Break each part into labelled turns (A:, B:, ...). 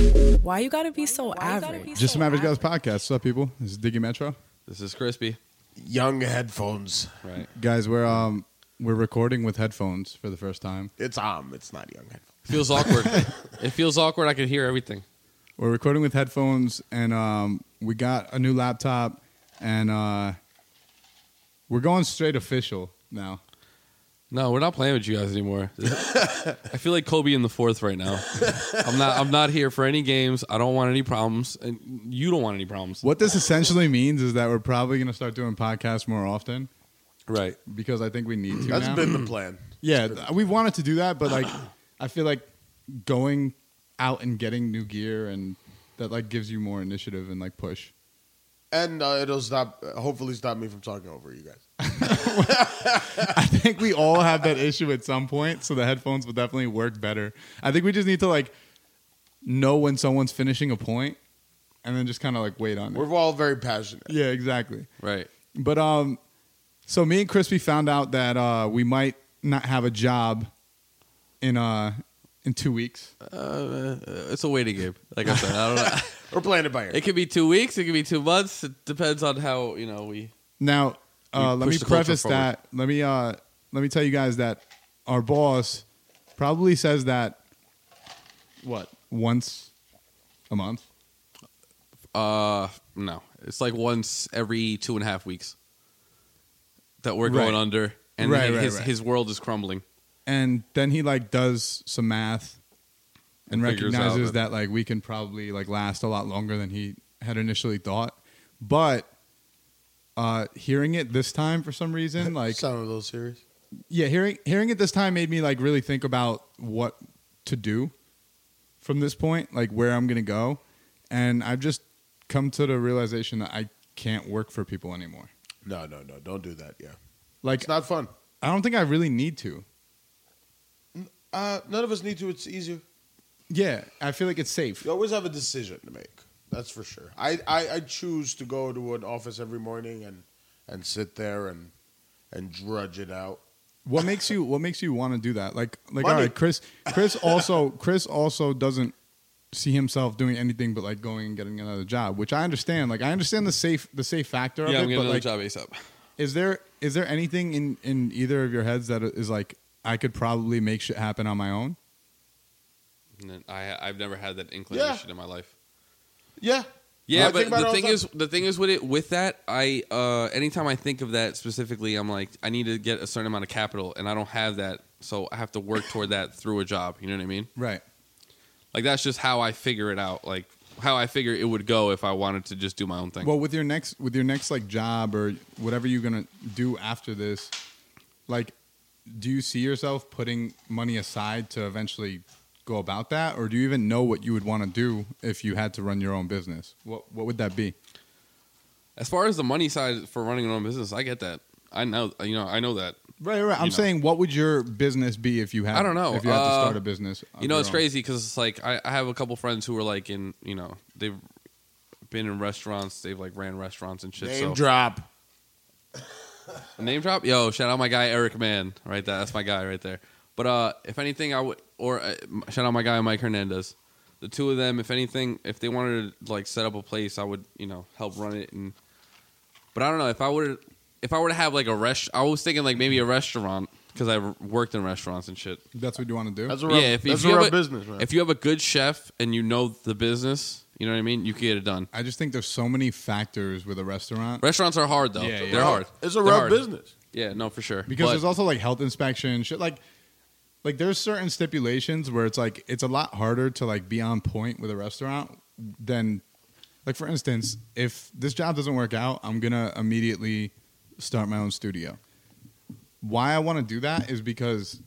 A: you gotta be so average?
B: Just a Mavericks Guys podcast. What's up, people? This is Diggy Metro.
C: This is crispy.
D: Young headphones.
C: Right.
B: Guys, we're um we're recording with headphones for the first time.
D: It's um. It's not young headphones.
C: Feels awkward. it feels awkward. I can hear everything.
B: We're recording with headphones, and um we got a new laptop, and uh we're going straight official now.
C: No, we're not playing with you guys anymore. I feel like Kobe in the fourth right now. I'm not. I'm not here for any games. I don't want any problems, and you don't want any problems.
B: What this essentially means is that we're probably gonna start doing podcasts more often
C: Right.
B: because I think we need to.
D: That's
B: now.
D: been the plan.
B: Yeah, th- we wanted to do that, but like, I feel like going out and getting new gear and that like gives you more initiative and like push.
D: And uh, it'll stop. Hopefully, stop me from talking over you guys.
B: I think we all have that issue at some point, so the headphones will definitely work better. I think we just need to like know when someone's finishing a point and then just kind of like wait on it.
D: We're all very passionate.
B: Yeah, exactly.
C: Right.
B: But um, so me and Crispy found out that uh, we might not have a job in uh in two weeks.
C: Uh, it's a waiting game. Like I said, I don't know.
D: We're playing it by ear.
C: It could be two weeks. It could be two months. It depends on how you know we.
B: Now, uh,
C: We
B: let
C: push
B: me
C: the culture
B: preface
C: forward.
B: that. Let me uh, let me tell you guys that our boss probably says that what once a month.
C: Uh, no. It's like once every two and a half weeks that we're
B: Right.
C: going under, and
B: Right,
C: his,
B: right,
C: his
B: right.
C: his world is crumbling.
B: and then he like does some math and,
C: And figures out
B: recognizes
C: that-
B: that like we can probably like last a lot longer than he had initially thought but uh hearing it this time for some reason like
D: sound a little serious.
B: yeah hearing hearing it this time made me like really think about what to do from this point like where i'm gonna go and i've just come to the realization that i can't work for people anymore
D: No, no, no. Don't do that. Yeah,
B: like
D: it's not fun.
B: i don't think i really need to
D: Uh, none of us need to. It's easier.
B: yeah i feel like it's safe
D: You always have a decision to make. That's for sure. I, I, I choose to go to an office every morning and, and sit there and and drudge it out.
B: What makes you What makes you want to do that? Like, like
D: Money.
B: all right, Chris. Chris also Chris also doesn't see himself doing anything but like going and getting another job, which I understand. Like, I understand the safe the safe factor of
C: Yeah, I'm
B: it.
C: getting
B: But
C: another
B: like,
C: job ASAP.
B: is there is there anything in in either of your heads that is like I could probably make shit happen on my own?
C: And then I I've never had that inclination in my life.
D: Yeah.
C: Yeah,
D: I think
C: but
D: about it
C: the
D: all
C: thing
D: time.
C: is, the thing is with it, with that, I uh, anytime I think of that specifically, I'm like, I need to get a certain amount of capital, and I don't have that, so I have to work toward that through a job. You know what I mean?
B: Right.
C: Like that's just how I figure it out. Like how I figure it would go if I wanted to just do my own thing.
B: Well, with your next with your next like job or whatever you're gonna do after this, like, do you see yourself putting money aside to eventually go about that, or do you even know what you would want to do if you had to run your own business? What what would that be?
C: as far as the money side for running an own business, I get that. I know, you know, I know that.
B: Right, right. I'm
C: You know.
B: saying, what would your business be if you had?
C: I don't know.
B: If you had to
C: Uh,
B: start a business, of
C: you know
B: your
C: it's
B: own?
C: crazy because it's like I, I have a couple friends who are like in you know they've been in restaurants they've like ran restaurants and shit
D: Name
C: so
D: drop.
C: name drop yo shout out my guy eric mann right there that's my guy right there but uh if anything i would or uh, m- shout out my guy mike hernandez the two of them if anything if they wanted to like set up a place i would you know help run it and but i don't know if i were if i were to have like a rest i was thinking like maybe a restaurant because i've worked in restaurants and shit
B: That's what you want to do.
D: That's a rough,
C: yeah, if,
D: that's
C: if
D: a
C: you
D: rough
C: have a,
D: business, man.
C: If you have a good chef and you know the business, you know what I mean. You can get it done.
B: I just think there's so many factors with a restaurant
C: Restaurants are hard though.
B: Yeah, yeah.
C: They're hard.
D: It's a
C: They're
D: rough
C: hard.
D: business.
C: Yeah, no, for sure.
B: because
C: But-
B: there's also like health inspection shit like like there's certain stipulations where it's like it's a lot harder to like be on point with a restaurant than like for instance if this job doesn't work out i'm gonna immediately start my own studio why i want to do that is because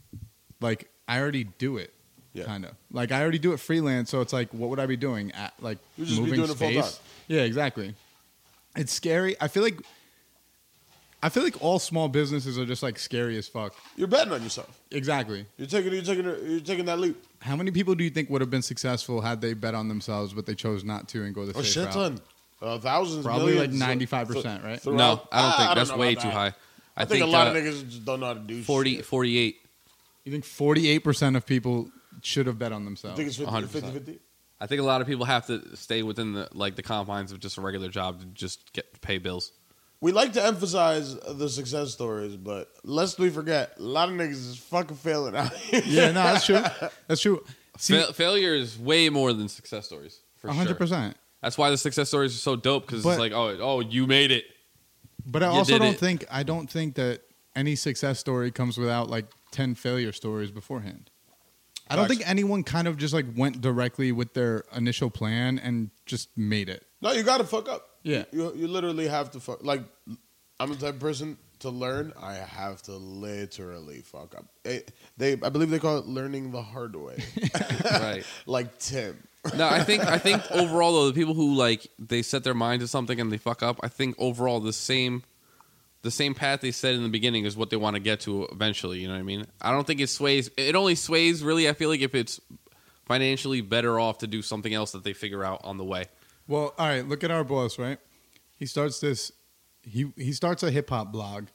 B: like i already do it
D: Yeah.
B: kind of like i already do it freelance so it's like what would i be doing at like
D: You'd just be
B: moving
D: doing it full
B: space
D: time.
B: yeah exactly it's scary i feel like I feel like all small businesses are just like scary as fuck.
D: You're betting on yourself.
B: Exactly.
D: You're taking you're taking you're taking that leap.
B: How many people do you think would have been successful had they bet on themselves, but they chose not to and go the
D: Oh,
B: safe
D: shit
B: route?
D: ton. Uh, thousands,
B: Probably like
D: millions, so-
B: 95%, right?
D: so-
C: no, I don't
D: Ah,
C: think that's
D: know
C: way
D: about
C: too
D: that.
C: high.
D: I, think, a lot of
C: uh,
D: niggas just don't know how to do
C: 40,
D: shit.
C: 48.
B: You think forty-eight percent of people should have bet on themselves?
D: I think it's 50,
C: 100%.
D: 50, 50.
C: I think a lot of people have to stay within the like the confines of just a regular job to just get to pay bills.
D: We like to emphasize the success stories, but lest we forget, a lot of niggas is fucking failing out here.
B: Yeah, no, that's true. That's true. See,
C: Fail- failure is way more than success stories. For
B: hundred
C: sure.
B: percent.
C: That's why the success stories are so dope because it's
B: But-
C: like, oh, oh, you made it.
B: But I
C: You
B: also
C: did
B: don't
C: it.
B: think I don't think that any success story comes without like ten failure stories beforehand. I don't
D: Facts.
B: think anyone kind of just like went directly with their initial plan and just made it.
D: No, you gotta fuck up.
B: Yeah.
D: You, you literally have to fuck. Like, I'm the type of person to learn. I have to literally fuck up. It, they, I believe they call it learning the hard way.
C: right.
D: like Tim.
C: No, I think I think overall though the people who like they set their mind to something and they fuck up, I think overall the same the same path they said in the beginning is what they want to get to eventually, you know what I mean? I don't think it sways it only sways really I feel like if it's financially better off to do something else that they figure out on the way.
B: Well, all right, look at our boss, right? He starts this he he starts a hip hop blog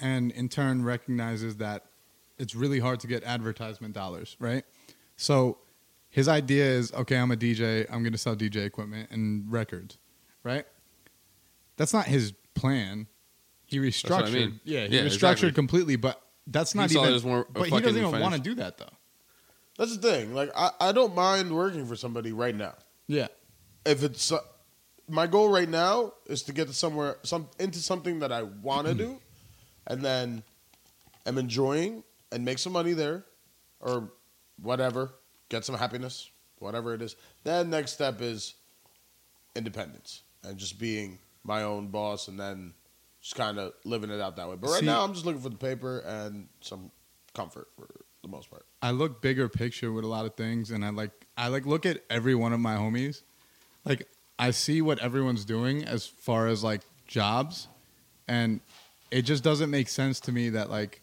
B: and in turn recognizes that it's really hard to get advertisement dollars, right? So his idea is okay, I'm a DJ, I'm going to sell DJ equipment and records, right? That's not his plan. He restructured.
C: what I mean.
B: Yeah, he
C: Yeah,
B: restructured
C: exactly.
B: completely, but that's not
C: saw it
B: even
C: as more a
B: But he
C: fucking
B: doesn't even
C: finance-
B: want to do that though.
D: That's the thing. Like, I, I don't mind working for somebody right now.
B: Yeah.
D: If it's uh, my goal right now is to get to somewhere, some into something that I want to do, and then am enjoying and make some money there, or whatever, get some happiness, whatever it is. Then next step is independence and just being my own boss, and then just kind of living it out that way. But right
B: See-
D: now, I'm just looking for the paper and some comfort for the most part.
B: I look bigger picture with a lot of things, and I like I like look at every one of my homies. Like I see what everyone's doing as far as like jobs, and it just doesn't make sense to me that like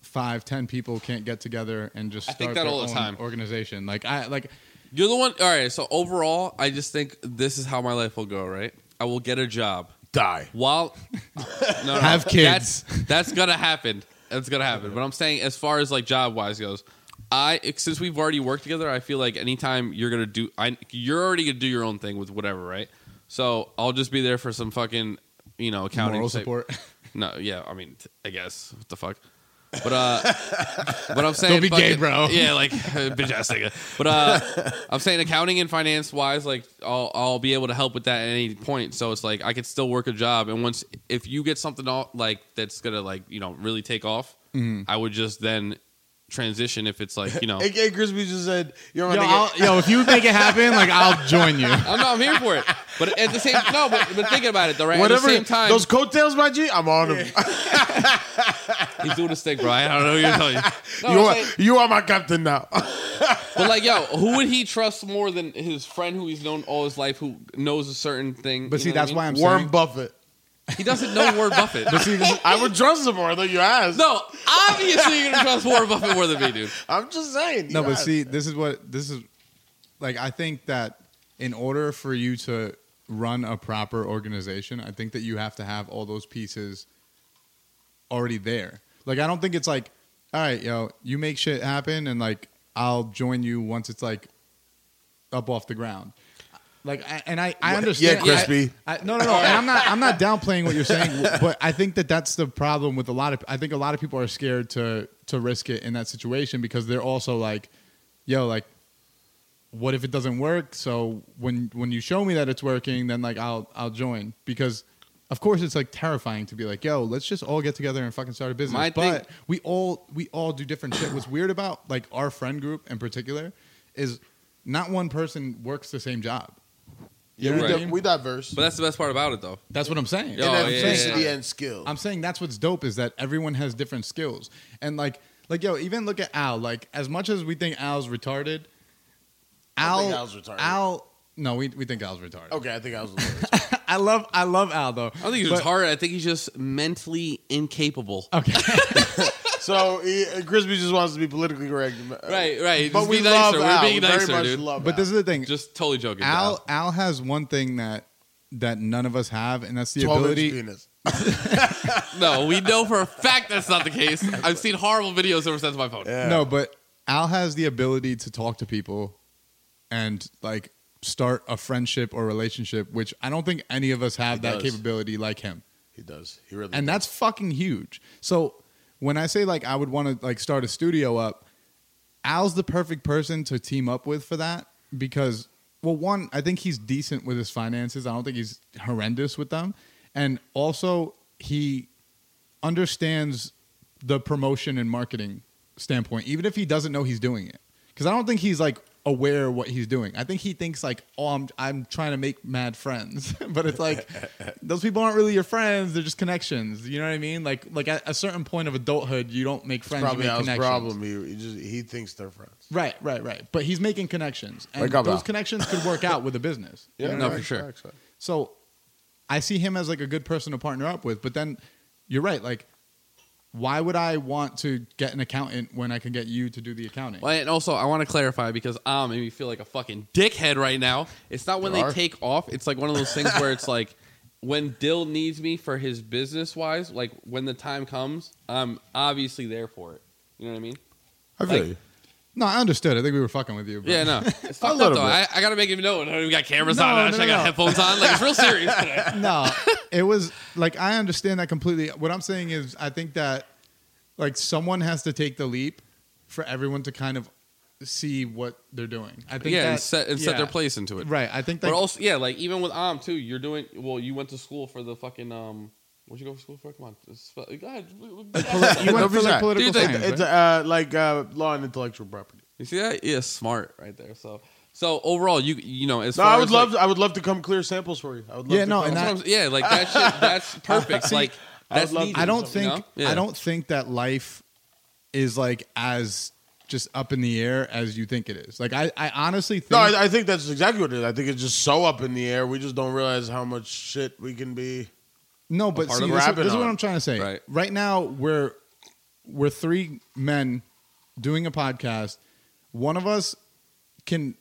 B: five, ten people can't get together and just
C: I
B: start
C: think that
B: their
C: all the
B: own
C: time.
B: organization. Like I like
C: You're the one All right, so overall, I just think this is how my life will go, right? I will get a job.
D: Die.
C: While no, no,
B: Have kids.
C: That's, that's gonna happen. That's gonna happen. But I'm saying, as far as like job wise goes, I since we've already worked together, I feel like anytime you're gonna do, I you're already gonna do your own thing with whatever, right? So I'll just be there for some fucking, you know, accounting
B: moral
C: type-
B: support.
C: No, yeah, I mean, t- I guess what the fuck. But uh, but I'm saying
B: Don't be gay,
C: fucking-
B: bro.
C: Yeah, like bitch ass nigga. But uh, I'm saying accounting and finance wise, like I'll I'll be able to help with that at any point. So it's like I could still work a job, and once if you get something off, like that's gonna like you know really take off, I would just then transition if it's like you know
D: AK Crispy just said, "You're my
B: yo,
D: nigga."
B: I'll, yo, if you make it happen, like I'll join you.
C: I'm not I'm here for it. But at the same no, but, but thinking about it though, right? at
D: Whatever.
C: the same time,
D: those coattails, my G, I'm on them.
C: he's doing a stick, bro. I don't know what you're telling you. No,
D: you,
C: I'm
D: are,
C: saying-
D: you are my captain now.
C: But like, yo, who would he trust more than his friend who he's known all his life, who knows a certain thing?
B: But
C: you
B: see,
C: know what I
B: that's
C: mean?
B: why I'm
D: Warren
B: saying.
D: Buffett.
C: he doesn't know Warren Buffett.
D: I would trust him more than you asked.
C: no, obviously you're gonna trust Warren Buffett more than me, dude.
D: I'm just saying.
B: No,
D: you
B: but
D: asked.
B: see, this is what this is like. I think that in order for you to run a proper organization, I think that you have to have all those pieces already there. Like, I don't think it's like, all right, yo, you make shit happen, and like, I'll join you once it's like up off the ground. Like, I, and I, I understand.
D: yeah, Crispy.
B: I, I- no, no, no. And I'm not, I'm not downplaying what you're saying, but I think that that's the problem with a lot of. I think a lot of people are scared to to risk it in that situation because they're also like, yo, like, what if it doesn't work? So when when you show me that it's working, then like I'll I'll join because. Of course, it's like terrifying to be like, "Yo, let's just all get together and fucking start a business."
C: My thing-
B: but we all we all do different shit. What's weird about like our friend group in particular is not one person works the same job. You
D: yeah, we,
B: know what I
D: di-
B: mean?
D: we diverse.
C: But that's the best part about it, though.
B: That's what I'm saying.
C: Yeah,
D: in
C: oh, yeah,
D: ethnicity
C: yeah, yeah.
D: and skill.
B: I'm saying that's what's dope is that everyone has different skills. And like like yo, even look at Al. Like as much as we think Al's retarded,
D: I
B: Al
D: think Al's retarded.
B: Al no, we, we think Al's retarded.
D: okay, I think I was. the worst.
B: I love I love Al though.
C: I don't think he's
B: But-
C: retarded. I think he's just mentally incapable.
B: Okay.
D: so he, and Crispy just wants to be politically correct.
C: Right, right.
D: But
C: Just
D: we
C: be nicer.
D: love
C: We're
D: Al.
C: being
D: we
C: nicer,
D: very much
C: dude.
D: love
B: but this is the thing.
C: Just totally joking.
B: Al Al has one thing that that none of us have, and that's the
D: ability.
B: ability.
D: Penis.
C: pal. No, we know for a fact that's not the case. I've seen horrible videos ever since my phone.
D: Yeah.
B: No, but Al has the ability to talk to people and like start a friendship or relationship, which I don't think any of us have
D: He
B: that
D: does.
B: capability like him.
D: He does. He really.
B: And
D: does.
B: that's fucking huge. So when I say like I would want to like start a studio up, Al's the perfect person to team up with for that because well one, I think he's decent with his finances. I don't think he's horrendous with them. And also he understands the promotion and marketing standpoint even if he doesn't know he's doing it. Cuz I don't think he's like aware what he's doing. I think he thinks like, "Oh, I'm I'm trying to make mad friends." but it's like those people aren't really your friends, they're just connections. You know what I mean? Like like at a certain point of adulthood, you don't make friends,
D: probably
B: you
D: not
B: make
D: his
B: connections.
D: problem. He, he just he thinks they're friends.
B: Right, right, right. But he's making connections, and
D: Wake up,
B: those
D: Al.
B: connections could work out with a business. You know
C: no,
B: what I
C: for
B: mean?
C: sure.
D: facts, facts.
B: So, I see him as like a good person to partner up with. But then, you're right. Like, why would I want to get an accountant when I can get you to do the accounting?
C: Well, and also, I want to clarify because um, made me feel like a fucking dickhead right now. It's not when
D: You
C: they
D: are.
C: take off. It's like one of those things where it's like when Dill needs me for his business wise, like when the time comes, I'm obviously there for it. You know what I mean?
D: I feel
C: Like-
D: you.
B: No, I understood. I think we were fucking with you. But
C: Yeah, no. It's fucked up
D: little
C: though.
D: bit.
C: I, I gotta make him know. We got cameras
B: No,
C: on.
B: no,
C: I
B: no,
C: got
B: no.
C: headphones on. Like it's real serious today.
B: no, it was like I understand that completely. What I'm saying is, I think that like someone has to take the leap for everyone to kind of see what they're doing. I think
C: yeah,
B: that,
C: and set and set their
B: yeah.
C: place into it.
B: Right. I think that
C: But also, yeah, like even with Om too, you're doing well. You went to school for the fucking um. What'd you go to school for? Come on, just sp- go ahead.
B: you went
D: Don't be
B: for
D: shy.
B: like political
C: Dude, they-
B: science,
D: It's
B: right?
D: uh, like uh, law and intellectual property.
C: You see that? Yeah, smart right there. So, so overall, you you know as
D: No,
C: far
D: I would
C: as
D: love.
C: Like,
D: I would love to come clear samples for you. I would love
B: Yeah,
D: to
B: no,
D: come-
B: and
C: that's
B: I-
C: what I'm- yeah, like that shit. That's perfect.
B: See,
C: like
D: I would
C: that's
D: love to
C: needed,
B: I don't
C: you
B: think
C: know? Yeah.
B: I don't think that life is like as just up in the air as you think it is. Like I, I honestly think
D: No, I, I think that's exactly what it is. I think it's just so up in the air. We just don't realize how much shit we can be.
B: No, but
D: part
B: see,
D: of
B: this,
D: wrapping
B: this is what
D: on.
B: I'm trying to say.
C: Right.
B: Right. now, we're we're three men doing a podcast. One of us can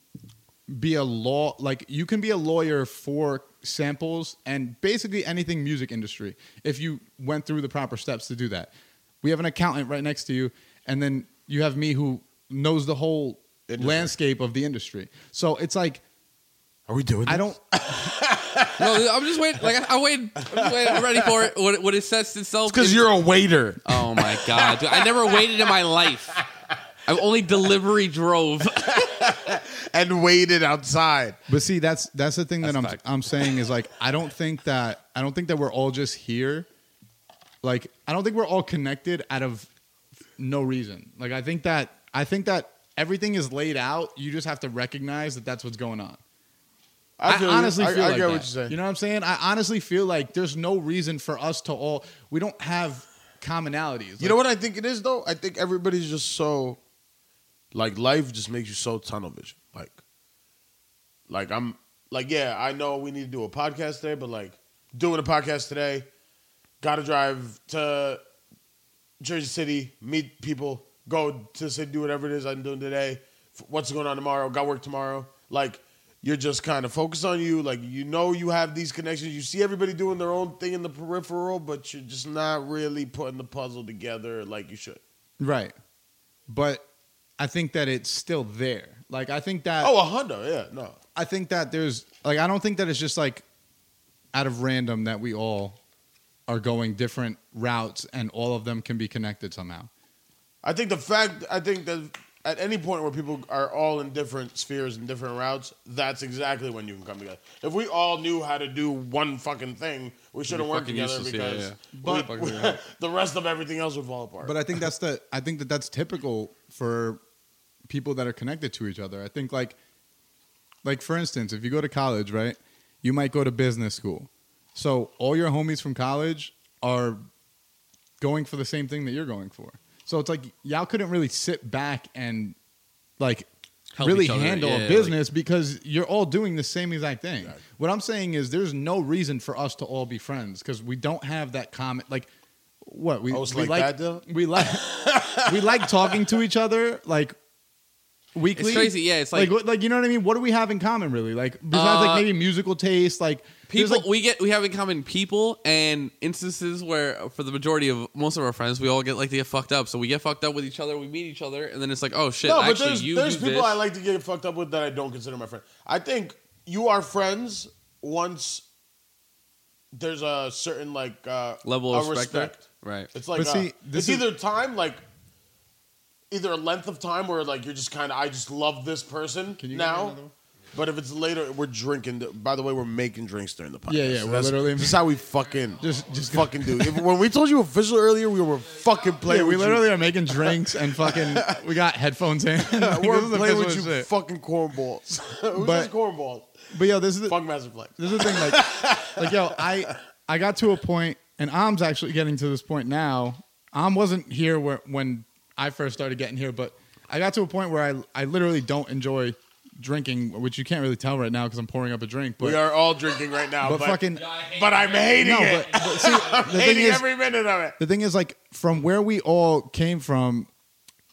B: be a law, like you can be a lawyer for samples and basically anything music industry if you went through the proper steps to do that. We have an accountant right next to you, and then you have me who knows the whole
D: Industry.
B: landscape of the industry. So it's like
D: Are we doing?
B: I don't.
C: No, I'm just waiting. Like I, I wait. I'm, just waiting. I'm ready for it. When, it- when it sets itself,
D: because you're a waiter.
C: Oh my god, dude, I never waited in my life. I've only delivery drove.
D: and waited outside.
B: But see, that's that's the thing
C: That's
B: that I'm
C: fact.
B: I'm saying is like I don't think that I don't think that we're all just here. Like I don't think we're all connected out of no reason. Like I think that I think that everything is laid out. You just have to recognize that that's what's going on. I,
D: feel you.
B: honestly
D: I,
B: feel
D: I
B: like
D: get
B: that.
D: what you're saying.
B: You know what I'm saying? I honestly feel like there's no reason for us to all. We don't have commonalities.
D: You know what I think it is though? I think everybody's just so like life just makes you so tunnel vision. Like like I'm like yeah, I know we need to do a podcast today, but like doing a podcast today, gotta drive to Jersey City, meet people, go to say do whatever it is I'm doing today. f- What's going on tomorrow? Got work tomorrow. Like you're just kind of focused on you. Like you know you have these connections. You see everybody doing their own thing in the peripheral, but you're just not really putting the puzzle together like you should.
B: Right. But I think that it's still there. Like I think that.
D: Oh, a Honda, yeah, no.
B: I think that there's like I don't think that it's just like out of random that we all are going different routes and all of them can be connected somehow.
D: I think the fact I think that at any point where people are all in different spheres and different routes, that's exactly when you can come together. If we all knew how to do one fucking thing, we shouldn't work
C: fucking
D: together
C: useless, yeah,
D: because
C: yeah.
D: But
C: Fucking weird.
D: the rest of everything else would fall apart.
B: But I think that's the I think that that's typical for people that are connected to each other. I think like like for instance, if you go to college, right? You might go to business school. So all your homies from college are going for the same thing that you're going for. So it's like y'all couldn't really sit back and like
C: Help
B: really
C: each other,
B: handle
C: yeah,
B: a business because you're all doing the same exact thing. What I'm saying is there's no reason for us to all be friends because we don't have that common like what we,
D: Oh, it's
B: we
D: like
B: like
D: that, though?
B: we like we like talking to each other like weekly.
C: It's crazy, yeah, it's like-
B: like, what- like you know what I mean. What do we have in common, really? Like besides
C: Uh,
B: like maybe musical taste, like there's,
C: People,
B: like,
C: we get we have in common people and instances where, for the majority of most of our friends, we all get like to get fucked up. So we get fucked up with each other. We meet each other, and then it's like, oh shit,
D: No, but
C: actually,
D: there's
C: you
D: there's
C: do
D: people
C: this.
D: I like to get fucked up with that I don't consider my friend. I think you are friends once there's a certain like uh,
C: level
D: a
C: of respect, there. right?
D: It's like
B: But
D: uh,
B: see, this
D: it's
B: is-
D: either time like either a length of time where like you're just kind of I just love this person
B: Can you get me
D: now.
B: another one?
D: But if it's later, we're drinking. By the way, we're making drinks during the podcast.
B: Yeah, yeah, we're
D: that's-
B: literally-
D: This is how we fucking
B: Just- just-
D: just just fucking do. If, when we told you official earlier, we were fucking playing.
B: yeah, we
D: with you.
B: literally are making drinks and fucking we got headphones in. Like, this is
D: We're
B: the
D: playing
B: best
D: with you
B: way to say it.
D: fucking cornballs. Who's
B: But-
D: this cornball?
B: But yo, this is the,
D: Fuck Master Flex.
B: this is the thing like like yo i i got to a point and am's actually getting to this point now am wasn't here where, when i first started getting here but i got to a point where i i literally don't enjoy drinking which you can't really tell right now because i'm pouring up a drink but
D: We are all drinking right now,
B: but
D: but,
B: fucking
D: but I'm hating
B: no
D: it.
B: but, but see the thing
D: hating
B: is
D: every minute of it.
B: the thing is like from where we all came from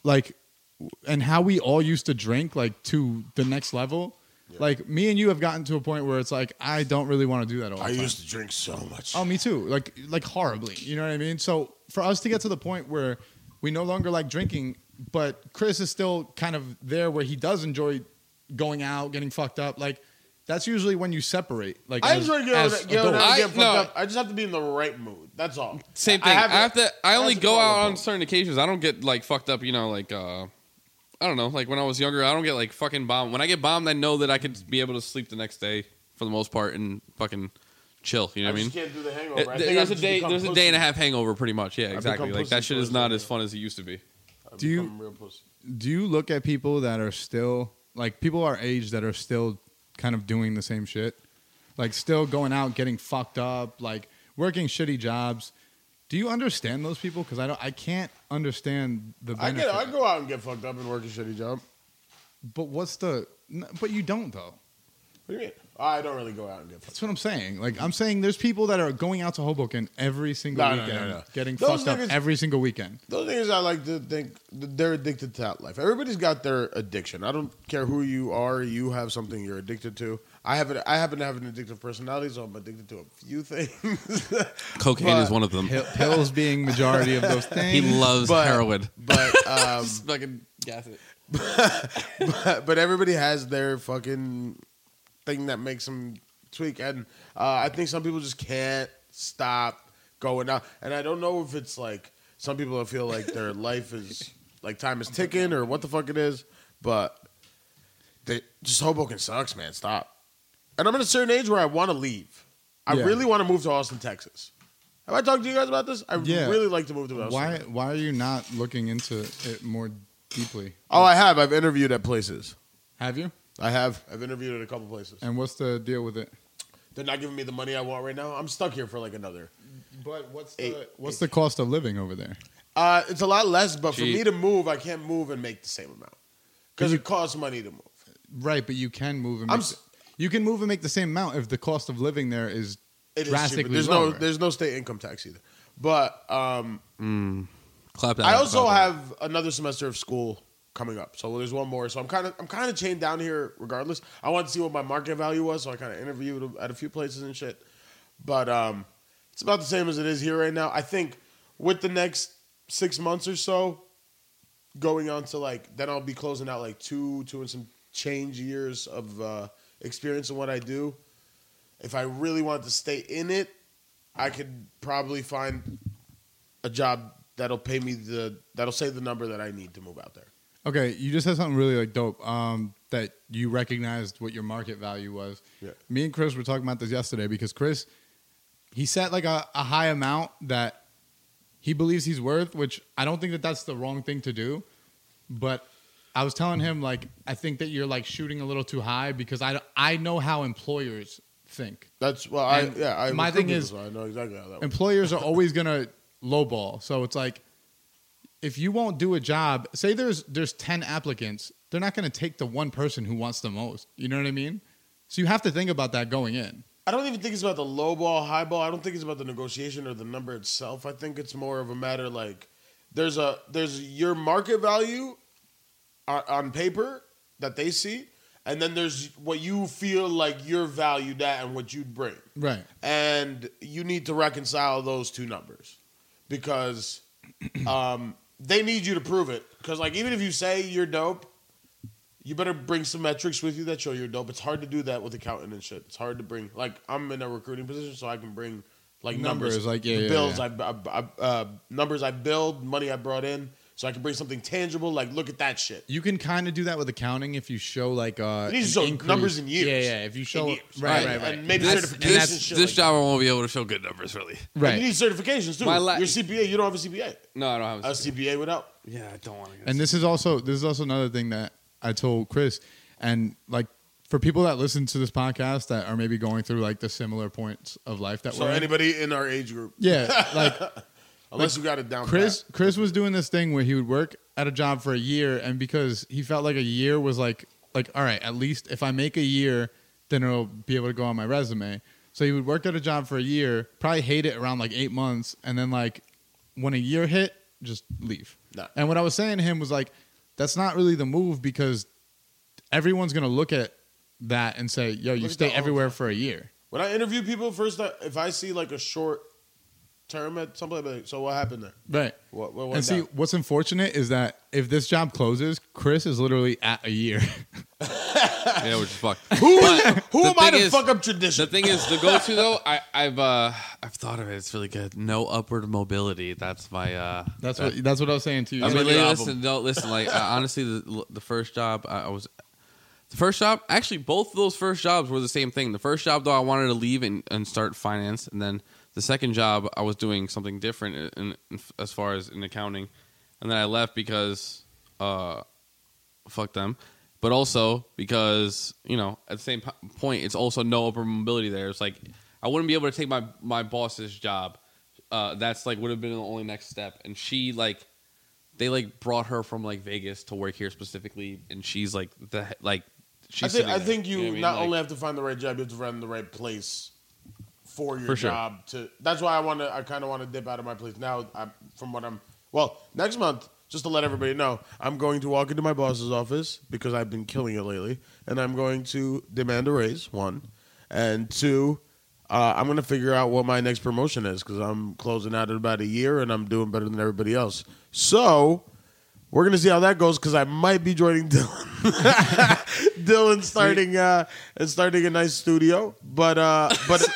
B: like w- and how we all used to drink like to the next level like me and you have gotten to a point where it's like i don't really want to do that all the
D: I
B: time.
D: used to drink so much.
B: Oh, me too. Like like horribly. You know what I mean? So for us to get to the point where we no longer like drinking, but Chris is still kind of there where he does enjoy going out, getting fucked up. Like that's usually when you separate. Like
D: I
B: as-
D: enjoy going
B: as
D: out, going out
B: adults.
D: and
C: I-
D: getting fucked
C: no.
D: up. I just have to be in the right mood. That's all.
C: Same thing. I have, to. I only
D: that's
C: go out
D: horrible.
C: on certain occasions. I don't get like fucked up. You know, like uh, I don't know. Like when I was younger, I don't get like fucking bombed. When I get bombed, I know that I could be able to sleep the next day for the most part and fucking chill. You know
D: I
C: what I mean?
D: just can't do the hangover.
C: It-
D: I think
C: there's
D: I
C: a
D: just
C: day.
D: become
C: There's a
D: pussy.
C: day and a half hangover, pretty much. Yeah, exactly.
D: become
C: Like that
D: pussy
C: shit is
D: towards
C: not
D: the
C: as
D: end.
C: fun as it used to be.
D: I
B: Do you-
D: become real pussy.
B: Do you look at people that are still like people our age that are still kind of doing the same shit? Like still going out, getting fucked up, like working shitty jobs. Do you understand those people? Because I don't I can't understand the
D: I
B: benefit.
D: get. I go out and get fucked up and work a shitty job.
B: But what's the? n- But you don't though.
D: What do you mean? I don't really go out and get fucked.
B: That's what I'm saying. Like I'm saying, there's people that are going out to Hoboken every single
D: No, no, no,
B: weekend,
D: no.
B: getting
D: Those
B: fucked
D: niggas-
B: up every single weekend.
D: Those niggas, I like to think that they're addicted to that life. Everybody's got their addiction. I don't care who you are. You have something you're addicted to. I have. I happen to have an addictive personality, so I'm addicted to a few things.
C: Cocaine
D: But-
C: is one of them.
B: Pill- Pills being majority of those
C: He
B: things.
C: loves
D: but-
C: heroin.
D: but um,
C: Just fucking gas it.
D: but everybody has their fucking thing that makes them tweak, and uh, I think some people just can't stop going out. And I don't know if it's like some people feel like their life is like time is ticking or what the fuck it is, but they just Hoboken sucks, man. Stop. And I'm at a certain age where I want to leave. I
B: Yeah.
D: really want to move to Austin, Texas. Have I talked to you guys about this? I
B: Yeah.
D: really like to move to Austin.
B: why? Why are you not looking into it more deeply?
D: Oh, I have. I've interviewed at places.
B: Have you?
D: I have. I've interviewed at a couple places.
B: And what's the deal with it?
D: They're not giving me the money I want right now. I'm stuck here for like another.
B: But what's
D: the-
B: what's the cost of living over there?
D: Uh, it's a lot less, but
C: Gee.
D: for me to move, I can't move and make the same amount because it costs money to move.
B: Right, but you can move and
D: I'm
B: make
D: s-
B: the- you can move and make the same amount if the cost of living there is
D: It is
B: drastically
D: cheaper. There's
B: lower.
D: no there's no state income tax either. But um,
C: Clap that.
D: I
C: out,
D: also
C: clap that out.
D: have another semester of school coming up, so there's one more. So I'm kind of I'm kind of chained down here. Regardless, I wanted to see what my market value was, so I kind of interviewed at a few places and shit. But um, it's about the same as it is here right now. I think with the next six months or so, going on to like then I'll be closing out like two two and some change years of uh, experience in what I do. If I really want to stay in it, I could probably find a job that'll pay me the that'll say the number that I need to move out there.
B: Okay, you just said something really like dope. Um, that you recognized what your market value was.
D: Yeah.
B: Me and Chris were talking about this yesterday because Chris, he set like a, a high amount that he believes he's worth, which I don't think that that's the wrong thing to do. But I was telling him like I think that you're like shooting a little too high because I I know how employers think.
D: That's well, I
B: And
D: yeah. I
B: my
D: recruit
B: thing
D: people,
B: is-
D: so I know exactly how that works.
B: employers are always gonna lowball. So it's like if you won't do a job, say there's there's ten applicants, they're not gonna take the one person who wants the most. You know what I mean? So you have to think about that going in.
D: I don't even think it's about the low ball, high ball. I don't think it's about the negotiation or the number itself. I think it's more of a matter like there's a there's your market value on, on paper that they see, and then there's what you feel like you're valued at and what you bring.
B: Right.
D: And you need to reconcile those two numbers because um, they need you to prove it. Because like even if you say you're dope, you better bring some metrics with you that show you're dope. It's hard to do that with accounting and shit. It's hard to bring like I'm in a recruiting position, so I can bring like numbers,
B: Numbers, like, yeah,
D: the
B: yeah,
D: bills
B: yeah.
D: I, I, I uh, numbers I build, money I brought in, so I can bring something tangible. Like look at that shit.
B: You can kind of do that with accounting if you show like uh,
D: You need
B: an
D: to show
B: increase.
D: numbers in years.
B: Yeah, yeah. If you show
D: In years.
B: right,
D: And-
B: right, right.
D: and maybe
C: This,
D: certifications
C: this-
D: and shit
C: this
D: like
C: job I won't be able to show good numbers really.
D: And you
B: right.
D: need certifications too.
C: My la-
D: Your CPA, you don't have a CPA.
C: No, I don't
D: A
C: have. A,
D: CPA without.
C: yeah, I don't want to.
B: And this is also this is also another thing that I told Chris, and like for people that listen to this podcast that are maybe going through like the similar points of life that
D: So
B: we're in.
D: anybody in our age group,
B: yeah, like
D: unless you got it down.
B: Chris Chris was doing this thing where he would work at a job for a year and because he felt like a year was like like all right, at least if I make a year, then it'll be able to go on my resume. So he would work at a job for a year, probably hate it around like 8 months and then like when a year hit, just leave.
D: Nah.
B: And what I was saying to him was like that's not really the move because everyone's going to look at that and say, "Yo, you
D: Look at
B: stay
D: that all the
B: everywhere for a year."
D: When I interview people first, I- if I see like a short term at something, I'll be like, so what happened there?
B: Right.
D: What? What?
B: And
D: went
B: see,
D: down?"
B: what's unfortunate is that if this job closes, Chris is literally at a year.
C: Yeah, which is fucked.
D: who?
C: But
D: who
C: the
D: am I to
C: thing is-
D: fuck up
C: The
D: tradition?
C: thing is, the go-to though, I, I've uh, I've thought of it. It's really good. No upward mobility. That's my. Uh,
B: That's what that's what I was saying to you.
C: I mean,
D: my new
C: listen, no, listen. Like uh, honestly, the, the first job I, I was, the first job. Actually, both of those first jobs were the same thing. The first job though, I wanted to leave and, and start finance, and then the second job I was doing something different in, in, as far as in accounting, and then I left because, uh, fuck them. But also because you know at the same po- point, it's also no upper mobility there. It's like I wouldn't be able to take my my boss's job. Uh, that's like would have been the only next step, and she like they like brought her from like Vegas to work here specifically, and she's like the like. She's
D: I think
C: sitting
D: I
C: there.
D: think you,
C: know what I mean?
D: not
C: Like,
D: only have to find the right job, you have to find the right place for your
C: For sure.
D: job. To that's why I want to. I kind of want to dip out of my place now. I, from what I'm, well, next month, just to let everybody know, I'm going to walk into my boss's office because I've been killing it lately, and I'm going to demand a raise. One, and two. Uh, I'm gonna figure out what my next promotion is because I'm closing out in about a year and I'm doing better than everybody else. So we're gonna see how that goes because I might be joining Dylan. Dylan starting uh and starting a nice studio, but uh, but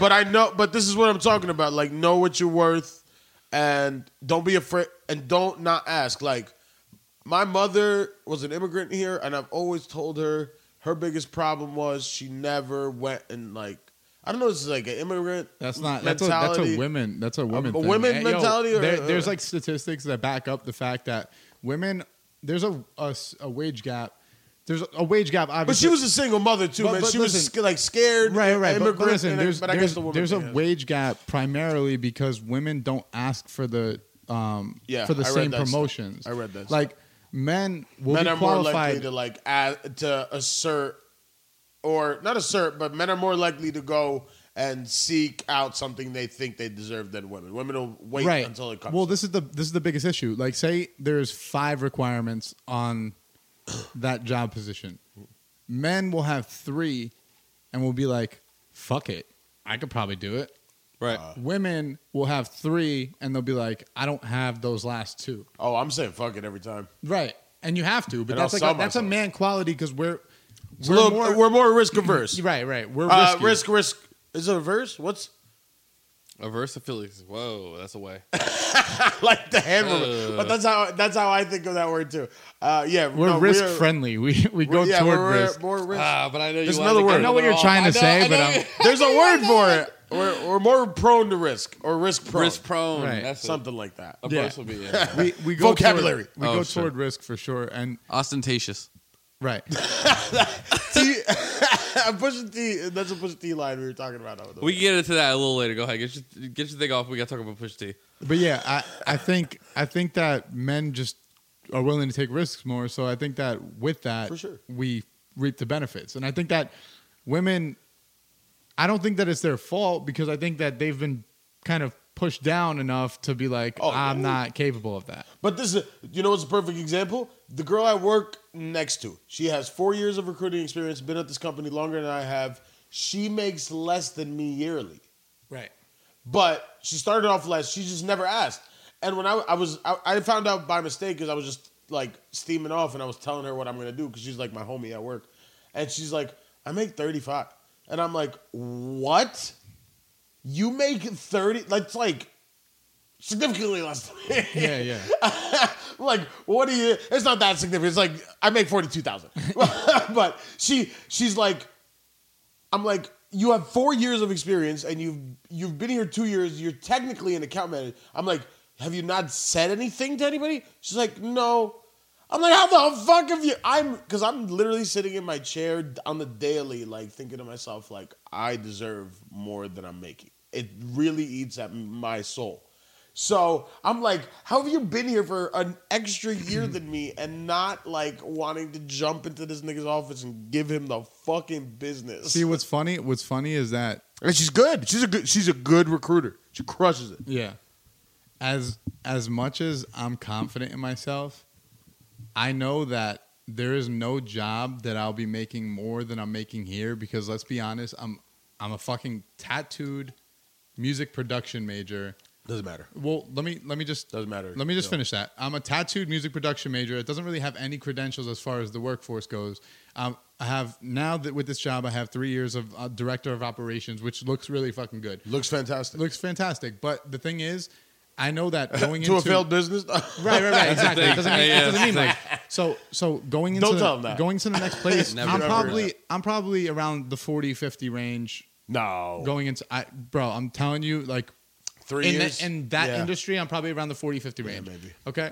D: but I know, but this is what I'm talking about. Like, know what you're worth, and don't be afraid, and don't not ask. Like, my mother was an immigrant here, and I've always told her her biggest problem was she never went and like. I don't know. This is like an immigrant.
B: that's not that's a, that's a women that's a women
D: A
B: thing.
D: women
B: Eh, yo,
D: mentality or-
B: there- there's like statistics that back up the fact that women there's a a s- a wage gap. There's a wage gap. Obviously,
D: But she was a single mother too,
B: But-
D: man.
B: but
D: she was
B: listen-
D: sca- like scared,
B: right, right. But,
D: Immigrant,
B: but listen,
D: and-
B: there's
D: but I guess
B: there's,
D: the woman
B: there's a
D: thing is-
B: wage gap primarily because women don't ask for the um
D: Yeah,
B: for the
D: I read
B: same
D: that stuff.
B: promotions.
D: I read that stuff.
B: Like men will
D: men
B: be
D: are more likely
B: qualified.
D: to like add, to assert or not assert, but men are more likely to go and seek out something they think they deserve than women. Women will wait
B: right.
D: until it comes.
B: Well,
D: to
B: this is the this is the biggest issue. Like, say there's five requirements on that job position. Men will have three, and will be like, "Fuck it, I could probably do it."
C: right?
B: Women will have three, and they'll be like, "I don't have those last two.
D: them. oh, I'm saying fuck it every time.
B: Right, and you have to, but
D: And I'll
B: that's like
D: sell
B: a, that's a
D: myself.
B: man quality because we're
D: It's a
B: we're
D: little-
B: more
D: risk averse.
B: right, right. We're
D: uh,
B: risky.
D: risk, risk. Is it averse? What's
C: Averse affiliates. Whoa, that's a way.
D: like the hammer? but that's how that's how I think of that word too. Uh, yeah,
B: Uh. We're
D: no,
B: risk
D: we're-
B: friendly. We we
D: we're-
B: go
D: yeah,
B: toward
D: we're
B: risk. Uh.
D: more risk.
C: Ah, but I know you.
D: There's
C: wanted
D: another
C: to
D: word.
C: get
D: I know
C: it
B: what you're
C: all.
B: trying to
C: I know-
B: say,
C: I
B: but
C: know
B: I'm-
C: you-
D: There's a word for it. We're, we're more prone to risk or risk prone.
C: risk prone.
B: Right.
C: That's it.
D: Something like that.
C: Averse
B: Yeah.
C: would be yeah.
B: we we go
D: Vocabulary.
B: Toward, we
C: Oh,
B: go
C: shit.
B: toward risk for sure, and
C: ostentatious.
B: right.
D: T, Pusha T, that's a Pusha T line we were talking about. though.
C: We can get into that a little later. Go ahead. Get your, get your thing off. We got to talk about Push T.
B: But yeah, I, I think I think that men just are willing to take risks more. So I think that with that,
D: For sure.
B: we reap the benefits. And I think that women, I don't think that it's their fault because I think that they've been kind of pushed down enough to be like,
D: Oh,
B: I'm
D: yeah.
B: not capable of that.
D: but this is, you know what's a perfect example? The girl at work next to. She has four years of recruiting experience, been at this company longer than I have. She makes less than me yearly,
B: Right.
D: but she started off less. She just never asked. And when I, I was, I, I found out by mistake because I was just like steaming off and I was telling her what I'm going to do because she's like my homie at work. And she's like, I make 35. And I'm like, what? You make 30? That's like significantly less than me.
B: Yeah, yeah.
D: like what do you it's not that significant it's like i make 42000 but she she's like i'm like you have four years of experience and you've you've been here two years you're technically an account manager i'm like have you not said anything to anybody she's like no i'm like how the fuck have you i'm because i'm literally sitting in my chair on the daily like thinking to myself like i deserve more than i'm making it really eats at my soul so I'm like, how have you been here for an extra year than me and not like wanting to jump into this nigga's office and give him the fucking business?
B: See what's funny? What's funny is that
D: and she's good. She's a good. She's a good recruiter. She crushes it.
B: yeah, as as much as I'm confident in myself, I know that there is no job that I'll be making more than I'm making here because let's be honest, I'm I'm a fucking tattooed music production major.
D: Doesn't matter.
B: Well, let me let me just
D: Doesn't matter.
B: Let me just
D: No.
B: finish that. I'm a tattooed music production major. It doesn't really have any credentials as far as the workforce goes. Um, I have now that with this job, I have three years of uh, director of operations, which looks really fucking good.
D: Looks fantastic.
B: Looks fantastic. But the thing is, I know that going
D: to
B: into
D: a failed business.
B: right, right, right, exactly. It doesn't mean,
C: Yeah,
B: it doesn't mean
C: yeah.
B: like so. So going into
D: Don't
B: the,
D: tell him that.
B: going to the next place,
C: Never
B: I'm
C: ever.
B: probably I'm probably around the 40, 50 range
D: no.
B: going into. I, bro, I'm telling you, like
D: Three
B: in,
D: years
B: that in that
D: Yeah.
B: industry, I'm probably around the 40, 50 range.
D: maybe.
B: Okay.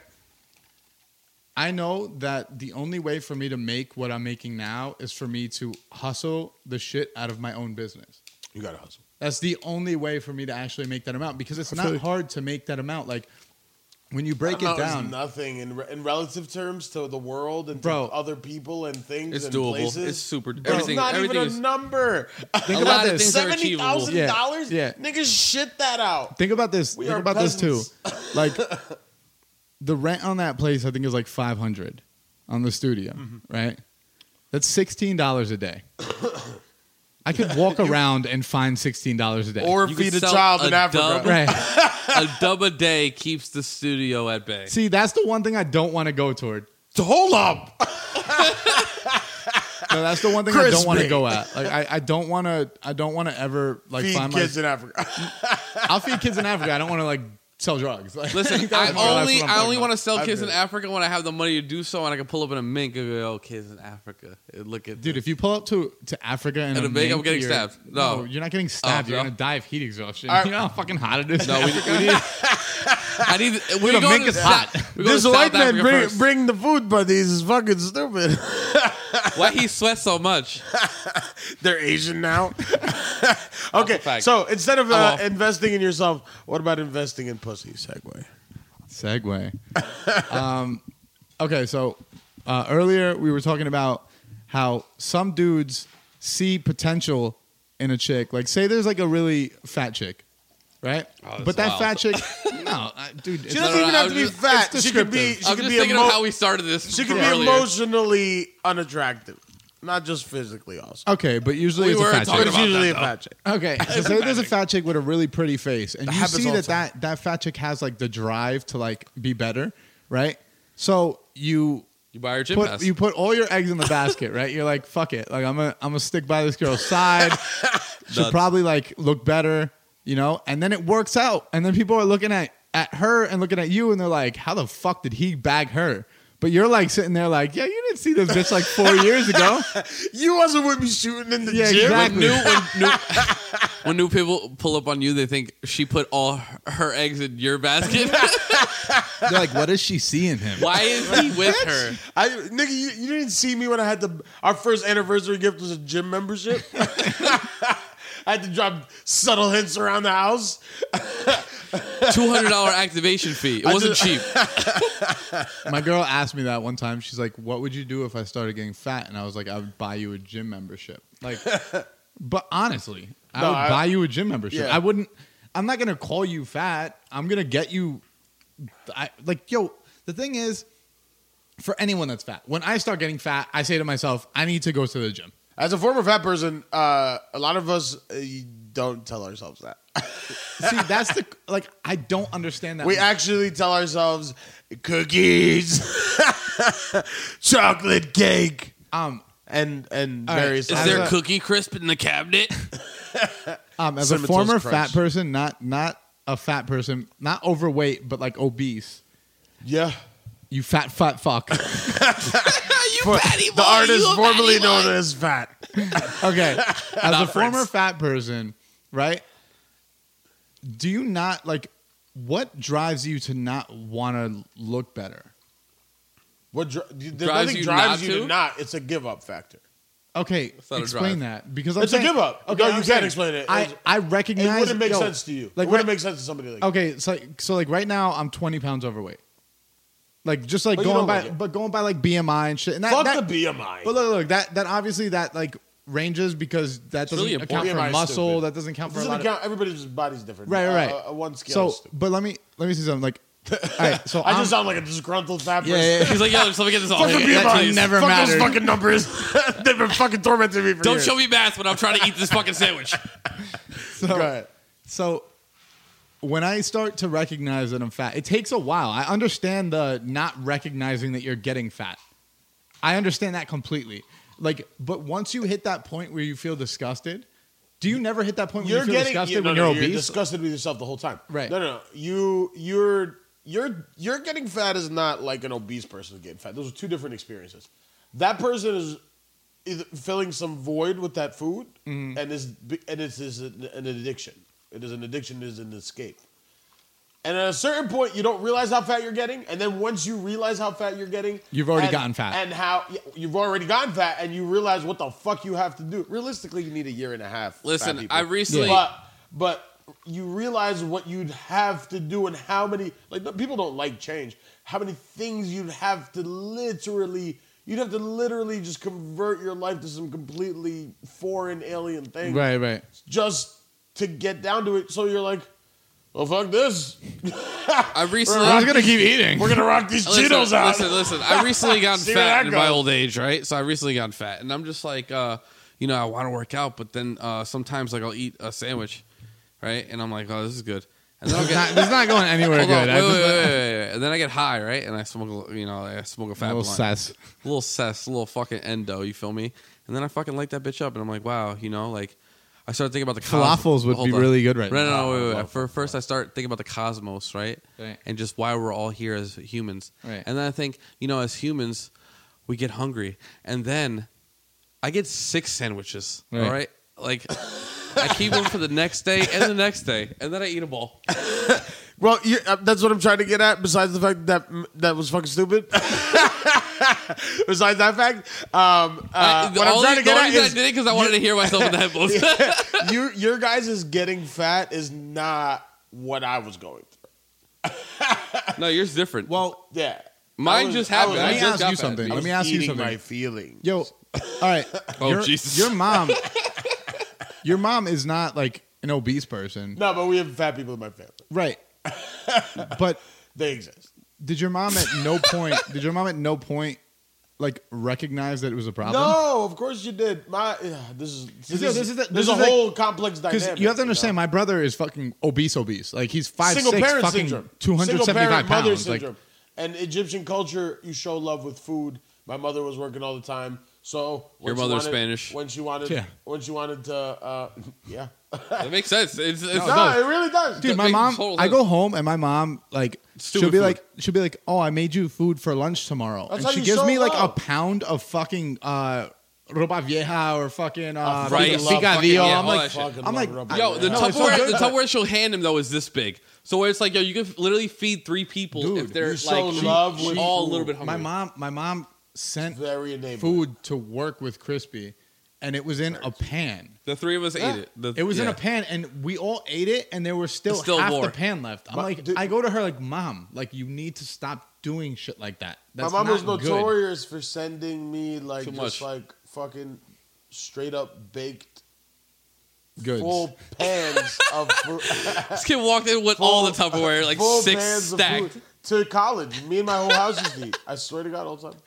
B: I know that the only way for me to make what I'm making now is for me to hustle the shit out of my own business.
D: You gotta hustle.
B: That's the only way for me to actually make that amount because it's not
D: you.
B: hard to make that amount. Like when you break it
D: Amount is
B: down,
D: Nothing in, re- in relative terms to the world and
B: Bro.
D: to other people and things.
C: It's
D: and
C: doable.
D: Places.
C: It's super-
D: Bro,
C: everything-
D: It's not
C: everything
D: even
C: is-
D: a number.
B: Think
C: A
B: about
C: lot of
B: this.
C: things are
D: Seventy
C: achievable.
D: thousand dollars.
B: Yeah,
D: Niggas shit that out.
B: think about this.
D: We
B: think
D: are
B: about
D: peasants.
B: this too. Like the rent on that place, I think is like 500 on the studio, right? That's $16 a day. I could walk around and find $16 a day.
D: Or
C: You could
D: feed a
C: sell
D: child
C: a
D: in Africa.
C: dub.
B: right.
C: a dub a day keeps the studio at bay.
B: See, that's the one thing I don't want to go toward.
D: Hold up.
B: No, that's the one thing I don't want to
D: Crispy.
B: go at. Like I, I don't want to I don't want to ever like
D: feed
B: find
D: kids
B: my
D: in Africa.
B: I'll feed kids in Africa. I don't want to like sell drugs. Like,
C: Listen,
B: that's
C: I
B: what- that's
C: only
B: what I'm
C: I
B: talking
C: only
B: about.
C: want to sell kids in
D: Africa.
C: Africa when I have the money to do so, and I can pull up in a mink and go, "Oh, kids in Africa, Eh, look at
B: Dude, if you pull up to, to Africa and
C: In a big, I'm getting stabbed. No. Oh,
B: you're not getting stabbed. you're
C: no.
B: gonna die of heat exhaustion.
D: All right.
B: You know how fucking hot it is.
C: No, we, we need. I need. We're
B: Dude, a
C: going
B: mink
C: to
B: is
C: Sou-
B: hot.
C: we're going to South Africa first.
D: bring the food, but he's fucking stupid.
C: Why he sweats so much?
D: They're Asian now.
C: a
D: okay,
C: fact.
D: so instead of
C: I'm
D: uh,
C: off.
D: investing in yourself, what about investing in pussy? Segway.
B: Segway. um, okay, so uh, earlier we were talking about how some dudes see potential in a chick. Like, say there's like a really fat chick, right?
C: Oh, that's
B: but that
C: wild.
B: fat chick, no, I, dude, it's,
D: She doesn't
C: no,
D: even
C: no,
D: have
C: I was
D: to be
C: just-
D: fat.
B: it's
D: She could be.
B: descriptive.
D: She
C: I'm
D: could
C: just
D: be.
C: thinking
D: emo-
C: of how we started this.
D: she could
C: from
D: be
C: earlier.
D: emotionally unattractive, not just physically. Also,
B: okay, but usually
C: We
B: it's a
C: were
B: fat chick.
C: talking
D: but it's
C: about
D: usually
C: that,
D: a fat chick.
B: Okay, so say there's a fat chick with a really pretty face, and you
D: happens
B: see
D: all
B: that,
D: the time.
B: that that fat chick has like the drive to like be better, right? So you
C: You buy her gym
B: put
C: pass.
B: you put all your eggs in the basket, right? You're like, fuck it, like I'm gonna I'm gonna stick by this girl's side. She'll
C: Nuts.
B: probably like look better, you know. And then it works out, and then people are looking at at her and looking at you, and they're like, how the fuck did he bag her? But you're like sitting there like, yeah, you didn't see this bitch like four years ago.
D: You wasn't with me shooting in the
B: Yeah,
D: gym.
B: exactly.
C: when new when new when new people pull up on you, they think she put all her, her eggs in your basket.
B: They're like, what does she see in him?
C: Why is he with her?
D: I, nigga, you, you didn't see me when I had the our first anniversary gift was a gym membership. I had to drop subtle hints around the house.
C: Two hundred dollar activation fee. It wasn't cheap.
B: My girl asked me that one time. She's like, "What would you do if I started getting fat?" And I was like, "I would buy you a gym membership." Like, but honestly, I
D: No,
B: would
D: I-
B: buy you a gym membership.
D: Yeah.
B: I wouldn't. I'm not gonna call you fat. I'm gonna get you. I like yo. The thing is, for anyone that's fat. When I start getting fat, I say to myself, I need to go to the gym.
D: As a former fat person, uh, a lot of us uh, don't tell ourselves that.
B: See, that's the like I don't understand that.
D: We
B: one.
D: actually tell ourselves cookies, chocolate cake,
B: um
D: and and
B: All right,
D: various.
C: Is
B: As
C: there
B: a-
C: cookie crisp in the cabinet?
B: um as a
D: Cinnamon Toast
B: former
D: Crunch.
B: fat person, not not a fat person, not overweight, but like obese.
D: yeah.
B: You fat fat fuck.
C: you fatty boy,
D: the artist
C: you a
D: formerly
C: fatty
D: known
C: boy.
D: as Fat.
B: Okay. As a
C: Not
B: former
C: Prince.
B: fat person, right? Do you not like what drives you to not want to look better?
D: What dri- you- there's
C: Drives
D: nothing
C: you
D: drives
C: not
D: you to?
C: to?
D: not. It's a give up factor.
B: Okay,
C: not a
B: explain that because I'm
D: It's a
B: saying-
D: give-up.
B: Okay,
D: No, you
B: I'm
D: can't
B: saying,
D: explain it.
B: I,
D: It's-
B: I
D: It
B: recognize
D: wouldn't make
B: yo,
D: sense to you.
B: Like Oh,
D: it wouldn't
B: right-
D: make sense to somebody like.
B: Okay, so so like right now I'm 20 pounds overweight. Like just like
D: But you
B: going
D: don't
B: by
D: look it.
B: but going by like BMI and shit. And that,
D: Fuck
B: that-
D: the BMI.
B: But look, look that that obviously that like ranges because that doesn't
C: really
B: account
D: important.
B: for
D: BMI is
B: muscle.
D: stupid.
B: That doesn't count
D: It
B: for a
D: doesn't
B: lot of-
D: count. Everybody's body's different.
B: right, right, right.
D: Uh, uh, one scale.
B: So,
D: is stupid.
B: but let me let me see something. Like, all right, so
D: I
B: I'm,
D: just sound like a disgruntled fat person.
B: yeah, yeah, yeah.
C: He's like, yo, just let me get this all.
D: Fuck
C: here.
D: the
C: That's
D: BMI.
C: what he's-
B: never
D: Fuck
B: mattered.
D: those fucking numbers. They've been fucking tormenting me for
C: Don't
D: years.
C: show me math when I'm trying to eat this fucking sandwich.
B: so,
D: Go ahead.
B: So when I start to recognize that I'm fat, it takes a while. I understand the not recognizing that you're getting fat. I understand that completely. Like, but once you hit that point where you feel disgusted, do you never hit that point where
D: You're
B: you feel
D: getting
B: disgusted
D: you- no,
B: when
D: no,
B: you're
D: You're
B: obese?
D: disgusted with yourself the whole time.
B: Right.
D: No, no, no. You, you're, you're, you're getting fat is not like an obese person getting fat. Those are two different experiences. That person is either filling some void with that food,
B: Mm-hmm.
D: and is and it's is an an addiction. It is an addiction. It is an escape. And at a certain point, you don't realize how fat you're getting, and then once you realize how fat you're getting,
B: You've already
D: and-
B: gotten fat.
D: and how yeah, you've already gotten fat, and you realize what the fuck you have to do. Realistically, you need a year and a half. fat
C: Listen,
D: people.
C: I recently-
D: but but you realize what you'd have to do and how many like no- people don't like change. How many things you'd have to literally. You'd have to literally just convert your life to some completely foreign alien thing
B: right, right.
D: just to get down to it. So you're like, well, fuck this.
C: I recently.
B: I was gonna keep eating.
D: We're gonna rock these
C: listen,
D: Cheetos out.
C: Listen, listen. I recently got
D: See where that
C: fat in my
D: goes.
C: old age, right? So I recently got fat, and I'm just like, uh, you know, I want to work out, but then uh, sometimes like I'll eat a sandwich, right? And I'm like, oh, this is good. And then I'll
B: Not-
C: get.
B: this is not going anywhere
C: Hold
B: good.
C: on,
B: I
C: wait,
B: just-
C: wait, wait, wait, wait. And then I get high, right? And I smoke, a- you know, I smoke a fat
B: a little
C: blunt.
B: sass.
C: a little cess, a little fucking endo. You feel me? And then I fucking light that bitch up, and I'm like, wow, you know, like I started thinking about the
B: Falafels would
C: Hold
B: be
C: on.
B: really good right
C: no,
B: now.
C: No, no, wait, wait.
D: Falafel,
C: wait. For, first, I start thinking about the cosmos, right?
B: Right.
C: And just why we're all here as humans.
B: Right.
C: And then I think, you know, as humans, we get hungry, and then I get six sandwiches.
B: Right.
C: All right, like. I keep them for the next day and the next day, and then I eat a ball.
D: Uh, Well, you uh, that's what I'm trying to get at. Besides the fact that that was fucking stupid. besides that fact, um, uh, what I'm
C: only-
D: trying to get
C: the only
D: at
C: reason
D: is
C: I did it because I wanted to hear myself in the headphones.
D: you, your guys is getting fat is not what I was going through.
C: no, yours is different.
B: Well,
D: Yeah,
C: Mine
D: I was-
C: just
D: I was-
C: happened.
B: Let
C: I
B: me
C: just
B: ask
C: got
B: you
C: fat.
B: something.
D: I
B: Let
D: was
B: me ask you
D: eating
B: something.
D: My feelings.
B: Yo, all right.
C: Oh,
B: your,
C: Jesus.
B: Your mom, your mom is not like an obese person,
D: no, but we have fat people in my family.
B: right? But
D: They exist.
B: did your mom at no point? did your mom at no point like recognize that it was a problem?
D: No, of course you did. My yeah, this is this,
B: yo, this is the-
D: there's
B: this
D: a
B: is like-
D: whole complex
B: Because
D: dynamic.
B: you have to understand, my brother is fucking obese, obese. Like he's five
D: single
B: six,
D: parent
B: fucking
D: syndrome,
B: two hundred
D: Single
B: seventy five
D: parent mother
B: pounds. Like
D: syndrome. and Egyptian culture, you show love with food. My mother was working all the time, so when
C: Your
D: she
C: mother's
D: wanted-
C: Spanish.
D: When she wanted,
B: Yeah.
D: when she wanted to, uh, yeah,
C: That makes sense. It's, it's
D: no,
C: not.
D: it really does,
B: dude,
C: That
B: my
C: makes
B: mom.
C: total
B: I
C: sense.
B: go home and my mom like she'll
C: Stupid
B: be
C: food.
B: like she'll be like, oh, I made you food for lunch tomorrow,
D: That's
B: and
D: how
B: she
D: you
B: gives
D: show
B: me like a
D: love.
B: pound of fucking uh, ropa vieja or fucking uh,
D: fucking
B: pica-
D: love fucking- oh,
B: picadillo. I'm
C: yeah, all
B: like,
C: that shit.
D: Fucking
B: I'm
D: love
B: like,
D: rubber
C: Yo,
D: band.
C: the
B: No, it's so
C: Tupperware,
B: good.
C: the Tupperware she'll hand him though is this big. So where it's like, yo, you can literally feed three people
B: Dude,
C: if they're
D: you're so
C: like
D: in love
C: she-
D: with
C: all a
D: food.
C: little bit
B: my
C: hungry.
B: mom. My mom sent
D: very enabling.
B: food to work with crispy, and it was in a pan.
C: The three of us
D: Yeah.
C: ate it. The-
B: It was in
C: yeah.
B: a pan, and we all ate it, and there was still,
C: Still
B: half
C: more.
B: the pan left. I'm
D: My-
B: like,
D: dude-
B: I go to her like, Mom, like you need to stop doing shit like that.
D: My
B: That's
D: mom was
B: not good."
D: notorious for sending me like
C: Too
D: just
C: much.
D: like fucking straight up baked
B: Goods.
D: full pans of food.
C: This kid walked in with all the Tupperware, like
D: full
C: six
D: pans of
C: stacked.
D: food. to college. Me and my whole house used to eat. I swear to God, all the time.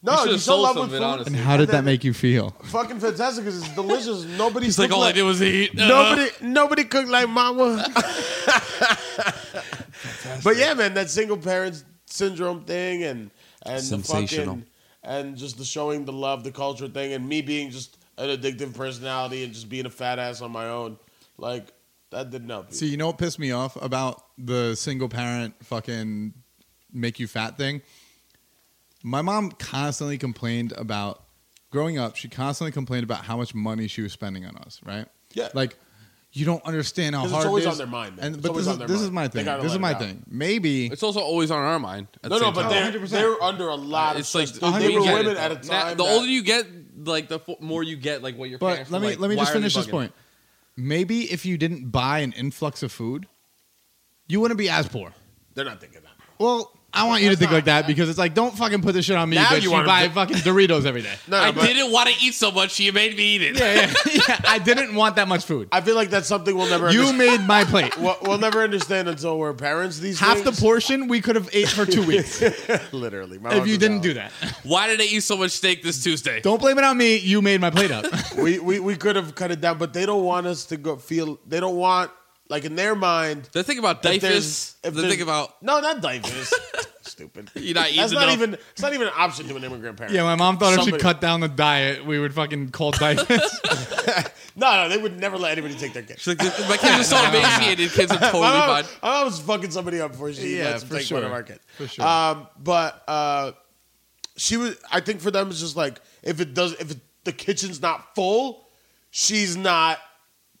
C: You
D: No,
C: should've
D: you still
C: sold
D: love
C: some
D: with
C: of it,
D: food.
C: honestly.
B: And how did that
D: then-
B: make you feel?
D: Fucking fantastic because it's delicious. Nobody.
C: He's like,
D: cooked
C: all I did was eat. Uh,
D: Nobody, nobody cooked like mama. but yeah, man, that single parent syndrome thing, and and the
C: Sensational.
D: fucking, and just the showing the love, the culture thing, and me being just an addictive personality and just being a fat ass on my own, like that didn't help.
B: See, you know what pissed me off about the single parent fucking make you fat thing? My mom constantly complained about growing up, she constantly complained about how much money she was spending on us, right?
D: Yeah.
B: Like you don't understand how
D: 'Cause it's
B: hard
D: always
B: it is.
D: on their mind, man.
B: And,
D: It's
B: but
D: always
B: this,
D: on
B: is,
D: their
B: this is
D: mind.
B: my
D: They
B: thing.
D: gotta
B: This is
D: let
B: my
D: it out.
B: thing. Maybe
C: It's also always on our mind. at
D: no,
C: the
D: no,
C: same
D: but
C: time. Oh,
D: they're
B: 100%.
D: they're under a lot of
C: it's like
D: stress. they were
B: 100%.
D: women at a
C: Now,
D: time.
C: the
D: that-
C: older you get, like the fo- more you get, like what your
B: But
C: parents.
B: let
C: were
B: me
C: like,
B: let me
C: why
B: just
C: are they
B: finish this
C: bugging?
B: point. Maybe if you didn't buy an influx of food, you wouldn't be as poor.
D: they're not thinking that.
B: Well, I want you to
D: That's
B: think
D: not-
B: like that because it's like don't fucking put this shit on me.
D: Now
B: because
D: you
B: you
D: wanna
B: buy
D: put-
B: fucking Doritos every day.
D: No, no,
C: I
D: but-
C: didn't want to eat so much. You made me eat it.
B: Yeah, yeah, yeah. I didn't want that much food.
D: I feel like that's something we'll never.
B: You
D: understand.
B: made my plate.
D: We'll, we'll never understand until we're parents. These
B: Half the
D: things.
B: portion we could have ate for two weeks if
D: literally. My
B: you didn't
D: that.
B: do that.
C: Why did I eat so much steak this Tuesday?
B: Don't blame it on me. You made my plate up.
D: we, we we could have cut it down, but they don't want us to go feel. They don't want like in their mind.
C: The thing about
D: if there's-
C: Dyfus,
D: if
C: the
D: there's-
C: thing about
D: no, not Dyfus. Stupid.
C: You're not
D: That's
C: easy
D: not
C: enough.
D: even. It's not even an option to an immigrant parent.
B: yeah, my mom thought if
D: Somebody-
B: she cut down the diet, we would fucking call diapers.
D: No, no, they would never let anybody take their kid.
C: she's like, my kids are so emaciated. Kids are totally
D: My mom,
C: fine.
D: my mom was fucking somebody up before she
B: Yeah,
D: lets them
B: for
D: take one of
B: sure.
D: our kids.
B: For sure.
D: Um, but uh, she was. I think for them it's just like if it does, if it, the kitchen's not full, she's not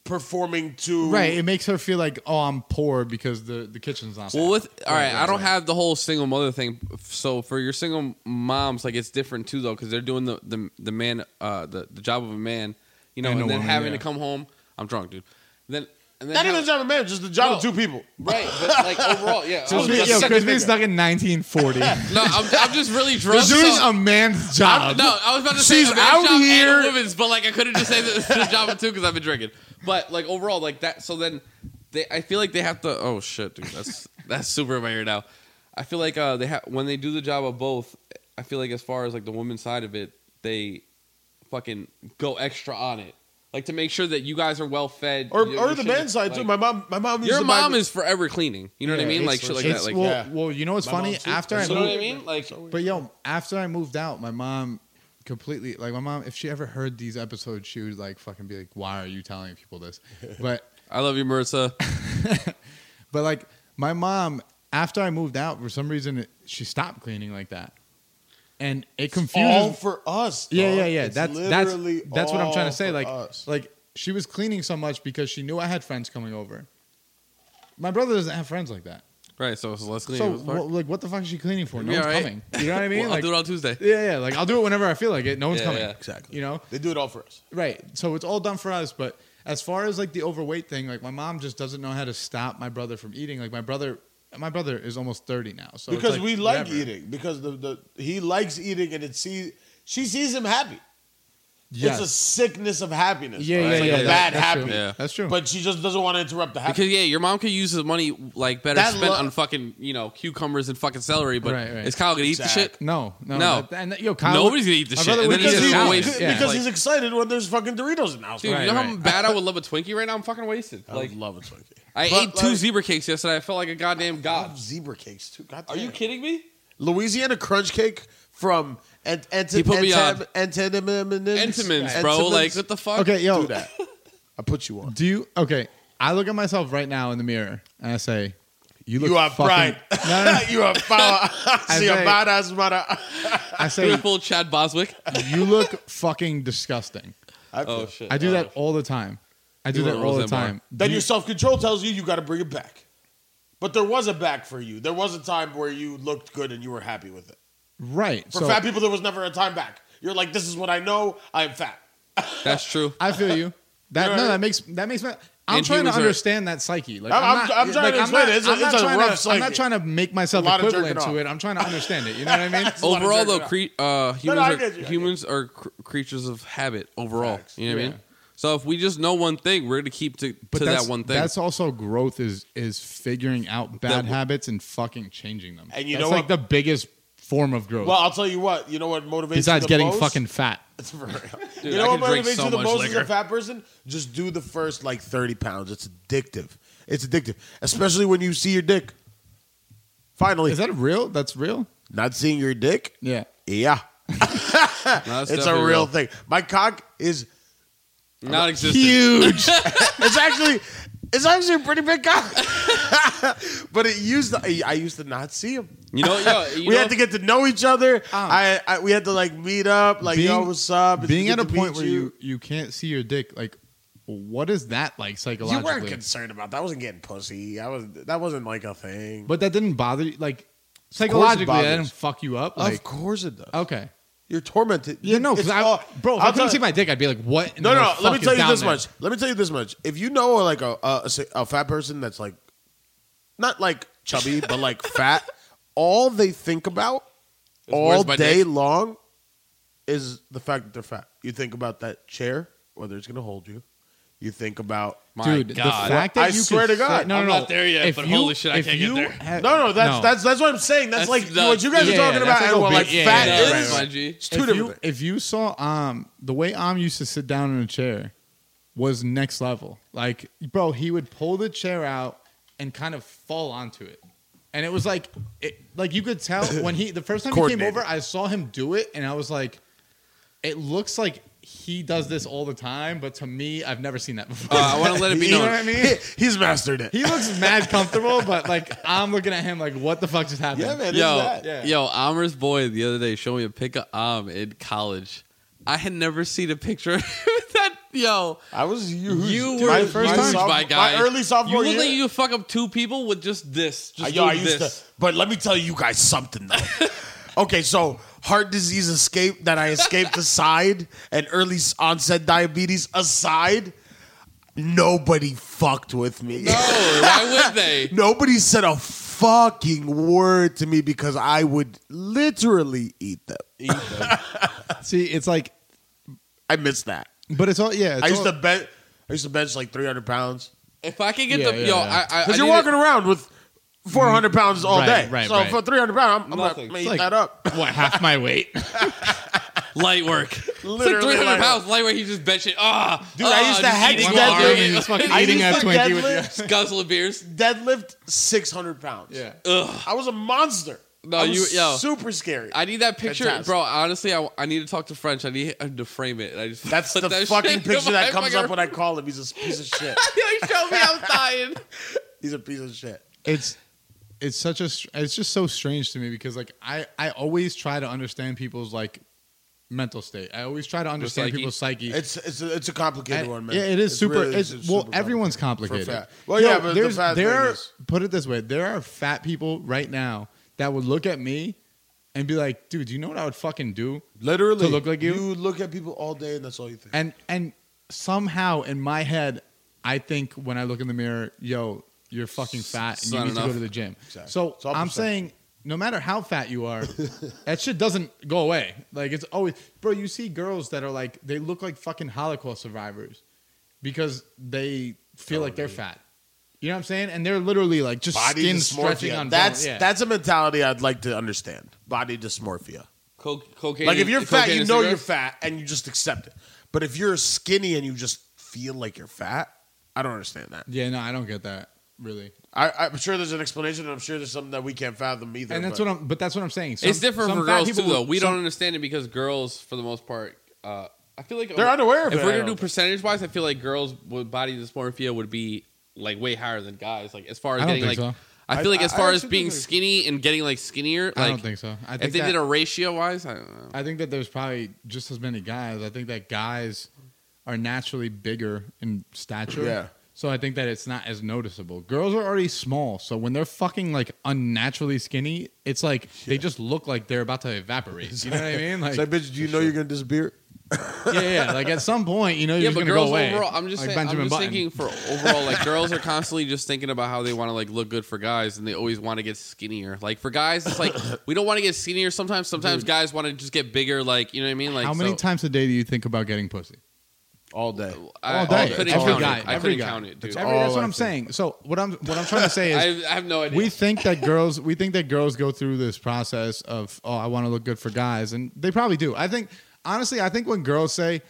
D: performing to
B: right. It makes her feel like, oh, I'm poor because the, the kitchen's not.
C: Well,
B: fat.
C: with all right, I don't
B: right.
C: have the whole single mother thing. So for your single moms, like it's different too, though, because they're doing the the, the man uh, the the job of a man, you know,
B: And
C: and,
B: a
C: then
B: woman,
C: having
B: yeah.
C: to come home. I'm drunk, dude. Then and then
D: Not even
C: have-
D: the job of man, just the job of
C: No.
D: two people.
C: right, but like overall, yeah. I was
B: Yo,
C: just-
D: yeah,
B: Chris
D: second
B: being
D: figure.
B: stuck in 1940.
C: no, I'm, I'm just really drunk.
B: You're doing
C: so-
B: a man's job.
C: I'm- no, I was about to say
B: Uh, She's
C: a man's
B: out
C: job
B: here-
C: and a woman's, but like I couldn't just say that it's a job too because I've been drinking. But like overall, like that. So then, they I feel like they have to. Oh shit, dude, that's that's super in my ear now. I feel like uh they have when they do the job of both. I feel like as far as like the women's side of it, they fucking go extra on it, like to make sure that you guys are well fed.
D: Or,
C: your-
D: or
C: your
D: the
C: shit
D: man's
C: is,
D: side too.
C: like-
D: My mom, my mom. used
C: your
D: to buy
C: mom
D: me-
C: is forever cleaning. You know what I
D: Yeah,
C: mean?
D: it's
C: Like shit like
B: It's,
C: that. Like
B: well,
D: yeah.
B: well, you know what's
D: My
B: funny?
D: mom's too.
B: After
D: So
B: I
C: you know
B: moved,
C: what I mean? Like
B: But yo, after I moved out, my mom completely like my mom. If she ever heard these episodes, she would like fucking be like, "Why are you telling people this?" But
C: I love you, Marissa.
B: but like my mom, after I moved out, for some reason it, she stopped cleaning like that, and it confuses.
D: all for us. Dog.
B: yeah, yeah, yeah.
D: It's
B: that's that's
D: literally
B: that's what I'm trying
D: all
B: to say.
D: for
B: Like
D: us.
B: like she was cleaning so much because she knew I had friends coming over. My brother doesn't have friends like that.
C: Right, so it's less cleaning.
B: So
C: It was hard.
B: wha- like, what the fuck is she cleaning for? No
C: Yeah,
B: one's
C: right.
B: coming. You know what I mean?
C: Well, I'll
B: like,
C: do it on Tuesday.
B: Yeah, yeah. Like I'll do it whenever I feel like it. No one's
C: Yeah,
B: coming.
C: yeah.
D: Exactly.
B: You know,
D: they do it all for us.
B: right? So it's all done for us. But as far as like the overweight thing, like my mom just doesn't know how to stop my brother from eating. Like my brother, my brother is almost thirty now. So it's
D: because we like
B: whatever.
D: eating. Because the, the he likes eating, and it sees she sees him happy.
B: Yes.
D: It's a sickness of happiness.
B: yeah,
D: right?
B: yeah,
D: It's
B: yeah.
D: like a
B: that-
D: bad
B: that's
D: happy.
B: True.
C: Yeah.
B: That's true.
D: But she just doesn't want to interrupt the happy.
C: Because yeah, your mom could use the money like better
D: That
C: spent
D: lo-
C: on fucking you know cucumbers and fucking celery, but
B: Right, right.
C: is Kyle gonna eat
D: Exactly.
C: the shit?
B: no, no,
C: No.
B: that- and that- yo, Kyle,
C: Nobody's gonna eat this
B: my
C: shit,
B: brother
C: and
B: would
C: then it's
B: just
D: because
C: just
D: he-
C: a
B: shout.
C: waste.
D: because
C: Yeah.
D: he's
C: Like-
D: excited when there's fucking Doritos in the house.
C: Dude,
B: Right,
C: you know how
B: right.
C: bad I would love a Twinkie right now. I'm fucking wasted.
D: I
C: Like
D: love a Twinkie.
C: I ate
D: But,
C: two
D: like,
C: zebra cakes yesterday. I felt like a goddamn
D: I
C: god.
D: love zebra cakes too. God
C: Are
D: damn.
C: you kidding me?
D: Louisiana crunch cake from Ant- Ant-
C: He put me
D: Antam-
C: on.
D: Antaminins?
C: Entenmann's, bro.
D: Antamins?
C: Like what the fuck?
B: Okay, yo,
D: do that. I put you on.
B: Do you okay? I look at myself right now in the mirror and I say, "You look
D: You are
B: fucking,
D: pride.
B: No, no, no.
D: you are power. See a
B: say-
D: badass mother.
B: I say,
C: Beautiful Chad Boswick.
B: "You look fucking disgusting."
C: Oh shit.
B: I do
C: Oh.
B: that all the time. I do
C: You
B: that
C: are
B: all the
C: Roseanne Barr.
B: time.
D: Then
B: Do
D: your
B: you-
D: self control tells you you got to bring it back. But there was a back for you. There was a time where you looked good and you were happy with it.
B: right.
D: For
B: so
D: fat people, there was never a time back. You're like, this is what I know. I'm fat.
C: That's true.
B: I feel you. That no,
D: You're-
B: that makes that makes me. I'm
C: And
B: trying to
C: humans are-
B: understand that psyche. Like
D: I'm-
B: I'm,
D: I'm-
B: not,
D: I'm trying
B: like,
D: to
B: I'm
D: explain
B: not,
D: it. It's a-
B: I'm not
D: it's a
B: trying
D: rough
B: to, I'm
D: psyche.
B: not trying to make myself
D: lot of
B: equivalent
D: jerking
B: to it. I'm trying to understand it. You know what I mean?
D: lot of
C: Overall,
D: jerking
C: though,
D: off.
C: cre- uh, humans
D: I
C: are
D: get you, I get
C: humans are cr- creatures of habit. Overall,
D: Facts.
C: you know what I
B: Yeah.
C: mean. So if we just know one thing, we're gonna keep to, to that
B: that's
C: one thing.
B: That's also growth is is figuring out bad
C: That-
B: habits and fucking changing them.
D: And you
B: That's
D: know
B: like
D: what-
B: the biggest form of growth.
D: Well, I'll tell you what. You know what motivates
A: Besides
D: you the
A: getting
D: most?
A: fucking fat.
D: It's for real.
C: Dude,
D: you
C: I
D: know what
C: could drink
D: motivates
C: so
D: you the
C: much
D: most
C: liquor.
D: as a fat person? Just do the first like thirty pounds. It's addictive. It's addictive, especially when you see your dick. Finally,
B: is that real? That's real.
D: not seeing your dick.
B: Yeah.
D: Yeah,
C: No, that's
D: it's a
C: definitely
D: real, thing. My cock is
C: Not existent.
B: Huge.
D: it's actually it's actually a pretty big cock, but it used to, I used to not see him.
C: You know, yo, you know,
D: we
C: Ah.
D: had to get to know each other. I, I we had to like meet up, like yo,
B: Being-
D: what's up? It's
B: Being
D: good
B: at a
D: to
B: point
D: meet
B: where you you can't see your dick, like what is that like
D: you
B: psychologically?
D: weren't concerned about that. I wasn't getting pussy. I was that wasn't like a thing.
B: but that didn't bother you, like psychologically. That
D: bothers.
B: didn't fuck you up. Like,
D: of course it does.
B: okay.
D: You're tormented.
B: Yeah, no,
D: It's
B: because I,
D: all-
B: bro, if I
D: I'll
B: couldn't
D: tell-
B: see my dick, I'd be like, what? in
D: No,
B: the
D: no. Let me
B: fuck
D: tell
B: is
D: you
B: down
D: this
B: there?
D: much. Let me tell you this much. If you know like a a, a fat person that's like not like chubby but like fat, all they think about all
C: where's my
D: day
C: dick?
D: long is the fact that they're fat. You think about that chair, whether it's gonna hold you. You think about
C: My
B: Dude,
C: God.
B: the fact that
D: I
B: you could
D: swear to
B: fit-
D: God.
B: no, no,
C: I'm
B: no.
C: not there yet,
B: If
C: but
B: you-
C: holy shit, I
B: if
C: can't get
B: you
C: there.
B: had-
D: no, no. That's that's that's what I'm saying. That's,
C: That's
D: like
C: the-
D: what you guys
B: yeah,
D: are talking
B: yeah, that's
D: about.
B: like
D: and we're
B: obe-
D: like
B: yeah,
D: fat.
B: yeah,
D: is-
C: That
B: right,
C: is
B: right.
C: my G.
D: It's two
B: if
D: different
B: you,
D: things.
B: if you saw um the way Am used to sit down in a chair was next level. Like, bro, he would pull the chair out and kind of fall onto it. And it was like it like you could tell when he the first time he came
D: Coordinated.
B: over, I saw him do it and I was like, it looks like he does this all the time, but to me, I've never seen that before.
C: Uh, I want to let it be
B: You know
C: known.
B: what I mean?
D: He's mastered it.
B: He looks mad comfortable, but like I'm looking at him like, what the fuck just happened?
D: Yeah, man.
C: yo,
D: it's that.
B: Yeah.
C: yo, Amir's boy the other day showed me a pic of Am in college. I had never seen a picture of that. Yo,
D: I was huge.
C: You
D: Dude,
C: were
D: my first
C: huge,
D: time.
C: my guy.
D: My early sophomore
C: you look
D: year.
C: like you could fuck up two people with just this.
D: Uh,
C: Just
D: yo, I
C: doing
D: used
C: this.
D: to. But let me tell you guys something though. okay, so heart disease escape that I escaped aside, and early s- onset diabetes aside, nobody fucked with me.
C: No, why would they?
D: Nobody said a fucking word to me because I would literally eat them.
B: See, it's like,
D: I miss that.
B: but it's all yeah. It's
D: I used
B: all,
D: to bench. I used to bench like 300 pounds.
C: If I could get
B: Yeah,
C: the
B: yeah,
C: yo,
B: yeah.
C: I, I, I
D: Because you're
C: need
D: walking
C: it-
D: around with 400 pounds all
B: Right,
D: day.
B: right,
D: so
B: right.
D: for 300 pounds, I'm, I'm not
C: Nothing.
D: going to
C: It's
D: eat
B: like-
D: that up.
B: what half my weight.
C: light work. It's like
D: Literally
C: 300
D: light work.
C: pounds light work. He just benching. Ah,
D: Dude, I used to hex
B: eating
D: deadlift.
B: arm and just fucking
D: I
B: eating
D: used
B: a
D: to
B: Twinkie with
D: deadlift-
C: guzzle of beers.
D: deadlift 600 pounds.
B: Yeah.
C: Ugh.
D: I was a monster.
C: No,
D: I was
C: you- yo.
D: super scary.
C: I need that picture,
D: Fantastic.
C: bro. Honestly, I, I need to talk to French. I need him to frame it. I just
D: That's
C: put
D: the
C: that
D: fucking
C: shit in
D: picture
C: my
D: that comes
C: fucking-
D: up when I call him. He's a piece of shit.
C: he showed me I'm dying.
D: He's a piece of shit.
B: it's it's such a str- it's just so strange to me because like I I always try to understand people's like mental state. I always try to understand
C: psyche?
B: people's psyche.
D: It's it's a, it's a complicated
B: And-
D: one, man.
B: Yeah, it is super.
D: really-
B: it's, well,
D: super
B: everyone's
D: complicated.
B: complicated.
D: For fat. Well,
B: Yo,
D: yeah, but
B: there's,
D: the fat
B: there
D: thing
B: are
D: is-
B: put it this way: there are fat people right now that would look at me and be like, "Dude, do you know what I would fucking do?"
D: literally
B: to look like you?
D: You look at people all day, and that's all you think.
B: And and somehow in my head, I think when I look in the mirror, "Yo, you're fucking fat, and
C: It's
B: you
C: not
B: need to go
C: enough.
B: to the gym."
D: Exactly.
B: So
D: It's all
B: I'm
D: perception.
B: saying. No matter how fat you are, that shit doesn't go away. Like it's always, bro. You see girls that are like they look like fucking Holocaust survivors because they feel like they're fat. You know what I'm saying? And they're literally like just
D: Body
B: skin stretching
D: dysmorphia.
B: on
D: That's
B: bone. Yeah.
D: that's a mentality I'd like to understand. Body dysmorphia.
C: Co- cocaine.
D: Like if
C: and-
D: you're fat,
C: cocaine
D: you
C: and
D: know you're
C: cigarettes?
D: fat and you just accept it. But if you're skinny and you just feel like you're fat, I don't understand that.
B: yeah. No, I don't get that really.
D: I, I'm sure there's an explanation, and I'm sure there's something that we can't fathom either.
B: And that's
D: but-
B: what I'm. But that's what I'm saying.
C: it's
B: Some-
C: different
B: some
C: for
B: fat
C: girls too,
B: people
C: though.
B: will-
C: We
B: some-
C: don't understand it because girls, for the most part, uh, I feel like
D: They're unaware of
C: if
D: it, I
C: we're gonna
D: don't
C: do
D: think.
C: percentage wise, I feel like girls with body dysmorphia would be like way higher than guys. Like as far as
B: I don't
C: getting like,
B: think so.
C: I feel like
D: I-
C: as
D: I
C: far as
D: actually
C: being
D: think-
C: skinny and getting like skinnier,
B: I don't
C: like,
B: think so. I think
C: if they
B: that,
C: did a ratio wise, I don't know.
B: I think that there's probably just as many guys. I think that guys are naturally bigger in stature.
D: Yeah.
B: So I think that it's not as noticeable. Girls are already small, so when they're fucking like unnaturally skinny, it's like they just look like they're about to evaporate. You know what I mean? Like,
D: It's like, bitch, do you know you're gonna disappear?
B: yeah, yeah. Like at some point, you know,
C: Yeah,
B: you're just
C: but
B: gonna go
C: girls
B: away.
C: overall, I'm just
B: like
C: saying,
B: Benjamin
C: I'm just
B: Button.
C: thinking for overall, like girls are constantly just thinking about how they want to like look good for guys, and they always want to get skinnier. Like for guys, it's like we don't want to get skinnier. Sometimes, sometimes guys want to just get bigger. Like you know what I mean? Like
B: How many
C: so-
B: times a day do you think about getting pussy?
D: all day.
C: I,
B: All day.
C: I couldn't
B: Every
C: count
B: guy.
C: it. I
B: Every
C: couldn't
B: guy.
C: count it, dude.
B: Every,
D: all
B: that's what
D: I
B: I'm saying.
D: think.
B: So what I'm what I'm trying to say is
C: I, I have no idea.
B: we think that girls we think that girls go through this process of oh i want to look good for guys and they probably do i think honestly i think when girls say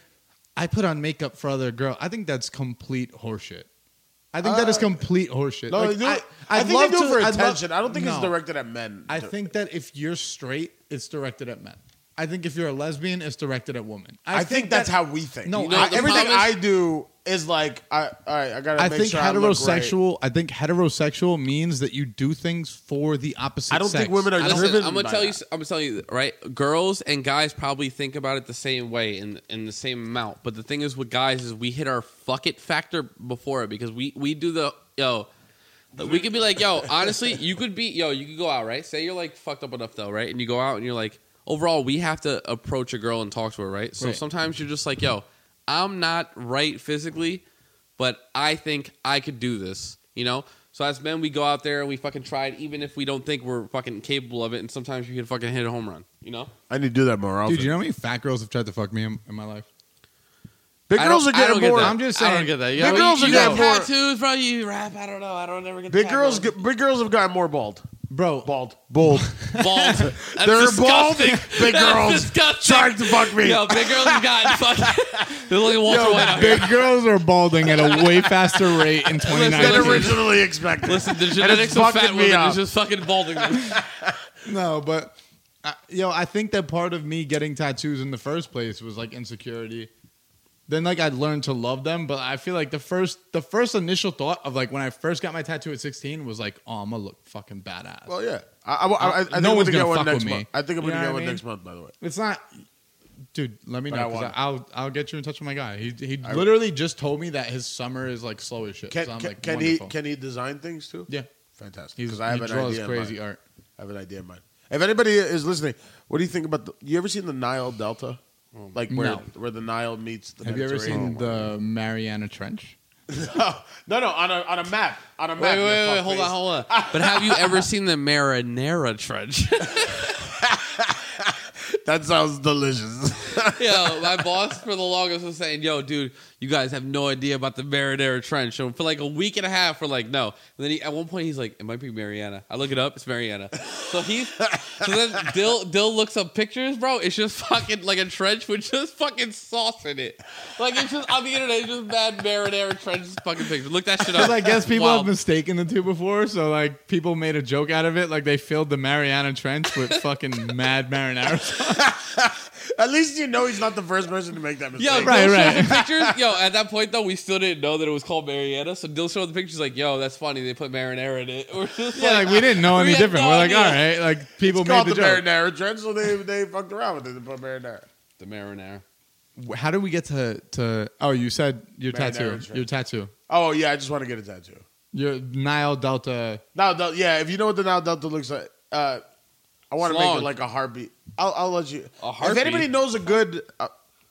B: i put on makeup for other girls i think that's complete horseshit i think that is
D: Uh,
B: complete horseshit
D: No,
B: Like,
D: they do,
B: I,
D: I,
B: I'd
D: think
B: love
D: they do
B: to-
D: it for
B: I'd love-
D: attention. I don't think it's
B: No.
D: directed at men.
B: i think that if you're straight it's directed at men i think if you're a lesbian it's directed at women
D: I, think, that's
B: that-
D: how we think.
B: No,
D: No,
B: You know,
C: the
D: everything
C: problem
D: I
C: is-
D: do is like, I, all right, I gotta.
B: I
D: make
B: think
D: sure I look right.
B: heterosexual. I, think heterosexual means that you do things for the opposite.
D: I don't think
B: sex.
D: women are
C: Listen,
D: driven.
C: I'm gonna
D: by
C: tell you.
D: that.
C: I'm gonna tell you. Right, girls and guys probably think about it the same way in in the same amount. But the thing is, with guys, is we hit our fuck it factor before it because we we do the yo. We could be like, yo, honestly, you could be, yo, you could go out, right? Say you're like fucked up enough though, right? And you go out and you're like, overall, we have to approach a girl and talk to her, right? So
B: Right.
C: sometimes you're just like, yo, I'm not right physically, but I think I could do this, you know? So as men, we go out there and we fucking try it, even if we don't think we're fucking capable of it. And sometimes you can fucking hit a home run, you know?
D: I need to do that more often.
B: Dude, you know how many fat girls have tried to fuck me in, in my life?
D: big
C: I
D: girls are
C: don't- I
D: getting
C: don't get
D: bored.
C: that.
B: I'm just
C: I
B: saying-
C: don't get that.
D: Big
C: Yeah,
D: girls
C: you,
D: are
C: you got
D: getting bored.
C: tattoos, bro. You rap. I don't know. I don't ever get
D: Big
C: the
D: girls,
C: tattoos.
D: get, big girls have gotten more bald.
B: Bro,
D: Bald, bald.
C: bald. That's
D: They're bald,
C: disgusting.
D: big
C: That's
D: girls.
C: disgusting.
D: Trying to fuck me.
C: Yo, big girls got fucking. There's only Walter White out here.
B: big girls are balding at a way faster rate in
D: than
B: 2019.
C: listen.
D: originally expected.
C: Listen, the
D: And it's
C: genetics of fat
D: fucking me
C: women
D: up.
C: is just fucking balding them.
B: No, but I, yo, I think that part of me getting tattoos in the first place was like insecurity. Then like I learned to love them, but I feel like the first the first initial thought of like when I first got my tattoo at 16 was like, oh, I'm gonna look fucking badass.
D: Well, yeah. I, I, I, I think I'm
B: Uh, No one's
D: gonna get
B: gonna
D: one
B: fuck
D: next
B: with me.
D: month. I think I'm
B: You know
D: gonna get
B: what I
D: one
B: mean?
D: next month. By the way,
B: It's not, dude. Let me
D: But
B: know.
D: I
B: 'cause
D: want
B: I
D: it.
B: I'll I'll get you in touch with my guy. He he literally just told me that his summer is like slow as shit.
D: can,
B: so I'm
D: can,
B: like,
D: can he
B: wonderful.
D: can he design things too?
B: Yeah,
D: fantastic.
B: he's,
D: Because I have
B: he
D: an
B: draws
D: idea.
B: crazy
D: Crazy.
B: art.
D: I have an idea in mind. If anybody is listening, what do you think about the? You ever seen the Nile Delta?
C: Mm.
D: Like where
B: No.
D: where the Nile meets the
B: Have you ever
D: Mediterranean? Oh,
B: seen the Mariana Trench?
D: no, no, on a on a map, on a map.
C: Wait,
D: you
C: wait, wait, wait, hold
D: fuckface.
C: on, hold on. But have you ever seen the marinara trench?
D: That sounds delicious.
C: yo, my boss for the longest was saying, "Yo, dude, you guys have no idea about the Marinara Trench." So for like a week and a half, we're like, "No." And then he, at one point, he's like, "It might be Mariana." I look it up; it's Mariana. So he, so then Dill Dill looks up pictures, bro. It's just fucking like a trench with just fucking sauce in it. Like it's just on the internet, it's just bad Marinara Trench fucking pictures. Look that shit up.
B: Because I guess people
C: Wild.
B: have mistaken the two before, so like people made a joke out of it, like they filled the Mariana Trench with fucking mad marinara. sauce.
D: At least you know he's not the first person to make that mistake.
C: Yo,
B: Right,
C: Dill
B: right.
C: shows the pictures. Yo, at that point though, we still didn't know that it was called Marietta. So Dill showed the pictures, like, yo, that's funny. They put marinara in it. We're just
B: yeah, like we didn't know
C: we
B: any
C: had
B: different.
C: no
B: We're like,
C: idea.
B: all right, like people
D: It's
B: made
D: called
B: the,
D: the,
B: joke.
D: marinara trench, so they they fucked around with it. They put marinara.
C: the marinara.
B: How did we get to to? Oh, you said your
D: Marinara
B: tattoo,
D: Trench.
B: your tattoo,
D: Oh yeah, I just want to get a tattoo.
B: your Nile Delta.
D: Now, Del- yeah, if you know what the Nile Delta looks like, uh, I want to
C: It's
D: make it
C: long.
D: like a heartbeat. I'll, I'll let you.
C: A heartbeat?
D: If anybody knows a good, uh,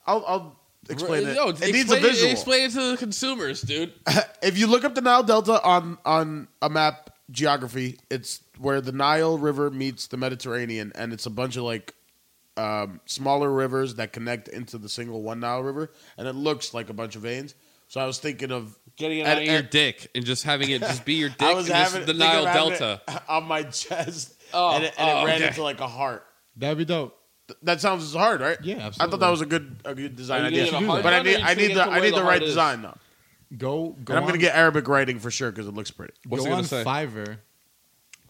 D: I'll, I'll explain it.
C: Yo,
D: it
C: explain,
D: needs a visual.
C: Explain it to the consumers, dude.
D: if you look up the Nile Delta on on a map geography, it's where the Nile River meets the Mediterranean, and it's a bunch of like um, smaller rivers that connect into the single one Nile River, and it looks like a bunch of veins. So I was thinking of
C: Getting it
D: And-
C: out of your
D: and-
C: dick and just having it just be your dick.
D: I was
C: and just
D: having
C: the
D: think
C: Nile
D: of having it
C: Delta.
D: on my chest,
C: Oh,
D: and it, and
C: oh,
D: it ran
C: okay.
D: into like a heart.
B: That'd be dope.
D: Th- That sounds hard, right?
B: Yeah,
D: I thought
B: absolutely.
D: that was a good a good design
C: Are you
D: idea,
C: gonna get a hard
D: but I
C: one or
D: need
C: you
D: I
C: just gonna
D: need the
C: get to
D: I
C: where
D: need
C: the
D: the right
C: heart is?
D: design though,
B: Go, go.
D: and I'm gonna
B: on-
D: get Arabic writing for sure because it looks pretty.
C: What's it
B: go
C: gonna
B: on
C: say?
B: Fiverr.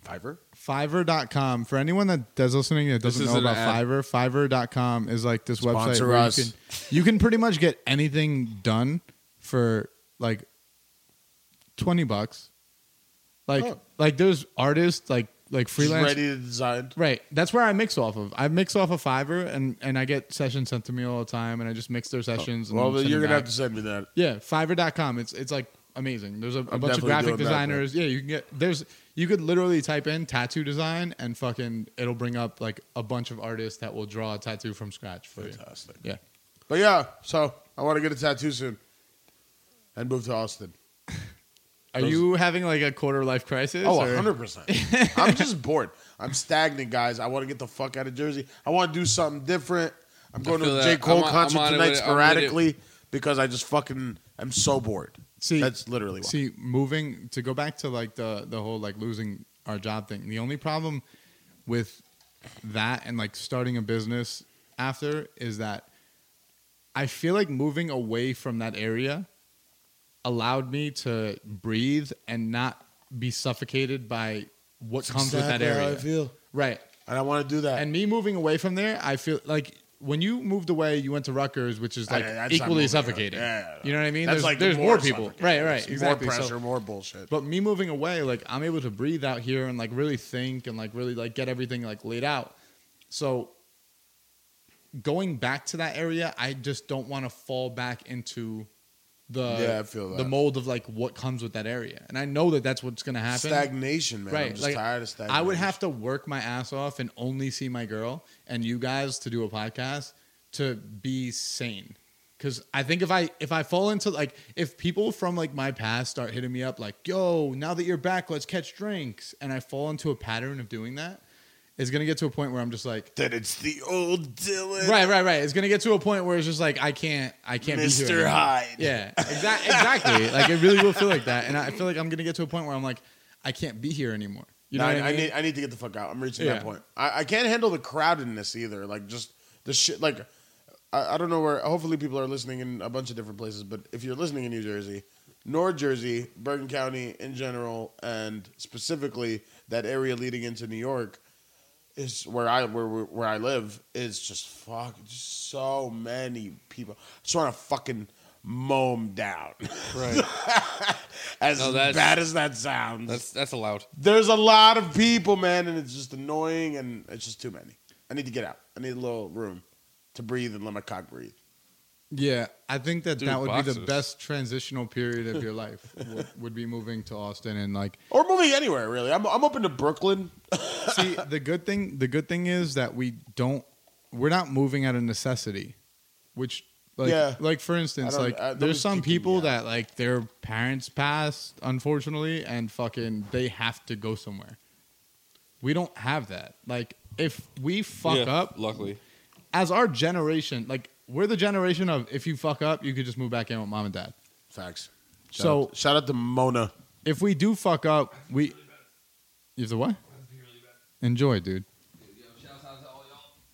D: Fiverr.
B: Fiverr.com. For anyone that does listening that doesn't know
C: isn't
B: about
C: an ad.
B: Fiverr, Fiverr.com is like this
D: Sponsor
B: website where
D: us.
B: you can you can pretty much get anything done for like twenty bucks. Like
D: Oh.
B: like there's artists like like
D: Just
B: freelance
D: ready to design.
B: Right. That's where I mix off of. I mix off of Fiverr and, and I get sessions sent to me all the time and I just mix their sessions. and
D: Well,
B: send
D: you're
B: them
D: gonna have
B: back.
D: to send me that.
B: Yeah, Fiverr.com. It's it's like amazing. There's a, a
D: I'm
B: bunch of
D: definitely
B: graphic
D: doing that,
B: designers. yeah, you can get there's you could literally type in tattoo design and fucking it'll bring up like a bunch of artists that will draw a tattoo from scratch for you.
D: Fantastic.
B: Yeah.
D: But yeah, so I want to get a tattoo soon, and move to Austin.
B: Are
D: Those-
B: you having like a quarter life crisis?
D: Oh,
B: or-
D: 100 percent. I'm just bored. I'm stagnant, guys. I want to get the fuck out of Jersey. I want to do something different. I'm going to
C: feel
D: the
C: that.
D: J. Cole
C: I'm on- I'm
D: concert
C: on it
D: tonight
C: with it. I'm with it.
D: sporadically. because I just fucking am so bored.
B: See,
D: that's literally why.
B: See, moving to go back to like the the whole like losing our job thing. The only problem with that and like starting a business after is that I feel like moving away from that area allowed me to breathe and not be suffocated by what comes with that
D: exactly how I
B: area.
D: feel.
B: Right.
D: and I want to do that.
B: And me moving away from there, I feel like when you moved away, you went to Rutgers, which is like
D: I- I just not
B: equally
D: moving,
B: suffocating.
D: yeah, yeah, yeah.
B: You know what I mean?
D: That's
B: there's
D: like
B: there's
D: more
B: more people.
D: suffocating.
B: Right, right,
D: It's
B: exactly.
D: More
B: So-
D: pressure, more bullshit.
B: but me moving away, like I'm able to breathe out here and like really think and like really like get everything like laid out. So going back to that area, I just don't want to fall back into the
D: Yeah, I feel that.
B: the mold of like what comes with that area. And I know that that's what's going to happen.
D: stagnation, man. I'm just
B: like,
D: tired of stagnation.
B: I would have to work my ass off and only see my girl and you guys to do a podcast to be sane. Cause I think if I if I fall into like if people from like my past start hitting me up like, yo, now that you're back, let's catch drinks, and I fall into a pattern of doing that, it's gonna get to a point where I'm just like
D: That it's the old Dylan.
B: Right, right, right. It's gonna get to a point where it's just like I can't, I can't be
D: Mr.
B: here. anymore.
D: Hyde.
B: Yeah, exactly, exactly. like it really will feel like that, and I feel like I'm gonna get to a point where I'm like, I can't be here anymore. You know,
D: I,
B: what
D: I
B: I mean?
D: need I need to get the fuck out. I'm reaching
B: Yeah.
D: that point. I, I can't handle the crowdedness either. Like just the shit. Like I, I don't know where. Hopefully people are listening in a bunch of different places. But if you're listening in New Jersey, North Jersey, Bergen County in general, and specifically that area leading into New York, is where I where where, where I live is just fuck just so many people. I just want to fucking mow 'em down. Right. as
C: No, that's-
D: bad as that sounds.
C: That's that's allowed.
D: There's a lot of people, man, and it's just annoying and it's just too many. I need to get out. I need a little room to breathe and let my cock breathe.
B: Yeah, I think that
C: Dude,
B: that would be the
C: boxes.
B: best transitional period of your life. would, would be moving to Austin and like
D: Or moving anywhere, really. I'm, I'm open to Brooklyn.
B: see the good thing. The good thing is that we don't. We're not moving out of necessity, which like
D: Yeah.
B: like for instance,
D: I don't-
B: like
D: I-
B: there's
D: nobody's
B: some
D: kicking me
B: people
D: out.
B: that like their parents passed unfortunately, and fucking they have to go somewhere. We don't have that. Like if we fuck
C: Yeah,
B: up,
C: Luckily,
B: as our generation, like we're the generation of if you fuck up, you could just move back in with mom and dad.
D: Facts. Shout
B: So-
D: out, shout out to Mona.
B: if we do fuck up, we. You have to what? Enjoy, dude.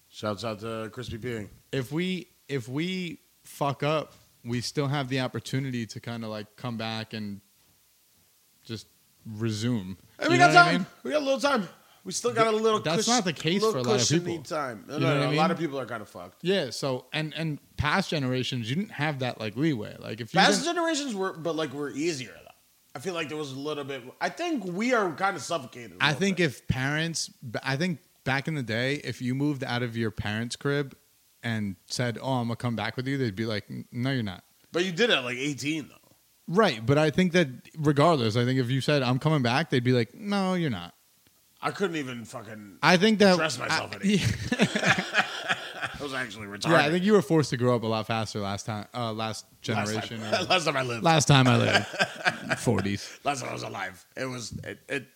D: Shouts out to Crispy Peeing.
B: If we if we fuck up, we still have the opportunity to kind of like come back and just resume.
D: Hey, we
B: You
D: got
B: know what
D: time.
B: I mean?
D: We got a little time. We still got a little.
B: That's not the case
D: little
B: for a lot of
D: cushiony
B: people.
D: Time. No,
B: You
D: no,
B: know
D: no,
B: what I
D: A lot
B: mean?
D: of people are kind of fucked.
B: Yeah. So and and past generations, you didn't have that like leeway. Like if you
D: Past
B: didn't-
D: generations were, but like were easier though. I feel like there was a little bit. I think we are kind of suffocated. a
B: I
D: little
B: think
D: bit.
B: if parents, I think back in the day, if you moved out of your parents' crib and said, "Oh, I'm gonna come back with you," they'd be like, "No, you're not."
D: but you did it at like 18 though.
B: Right, but I think that regardless, I think if you said I'm coming back, they'd be like, "No, you're not."
D: I couldn't even fucking.
B: I think that
D: Dress myself
B: I-
D: in
B: yeah,
D: I was actually retarded.
B: yeah, I think you were forced to grow up a lot faster last time, uh, last
D: last
B: generation,
D: Time,
B: or-
D: last time I lived. Last,
B: last time I lived, forties.
D: time I was alive. It was. It, it,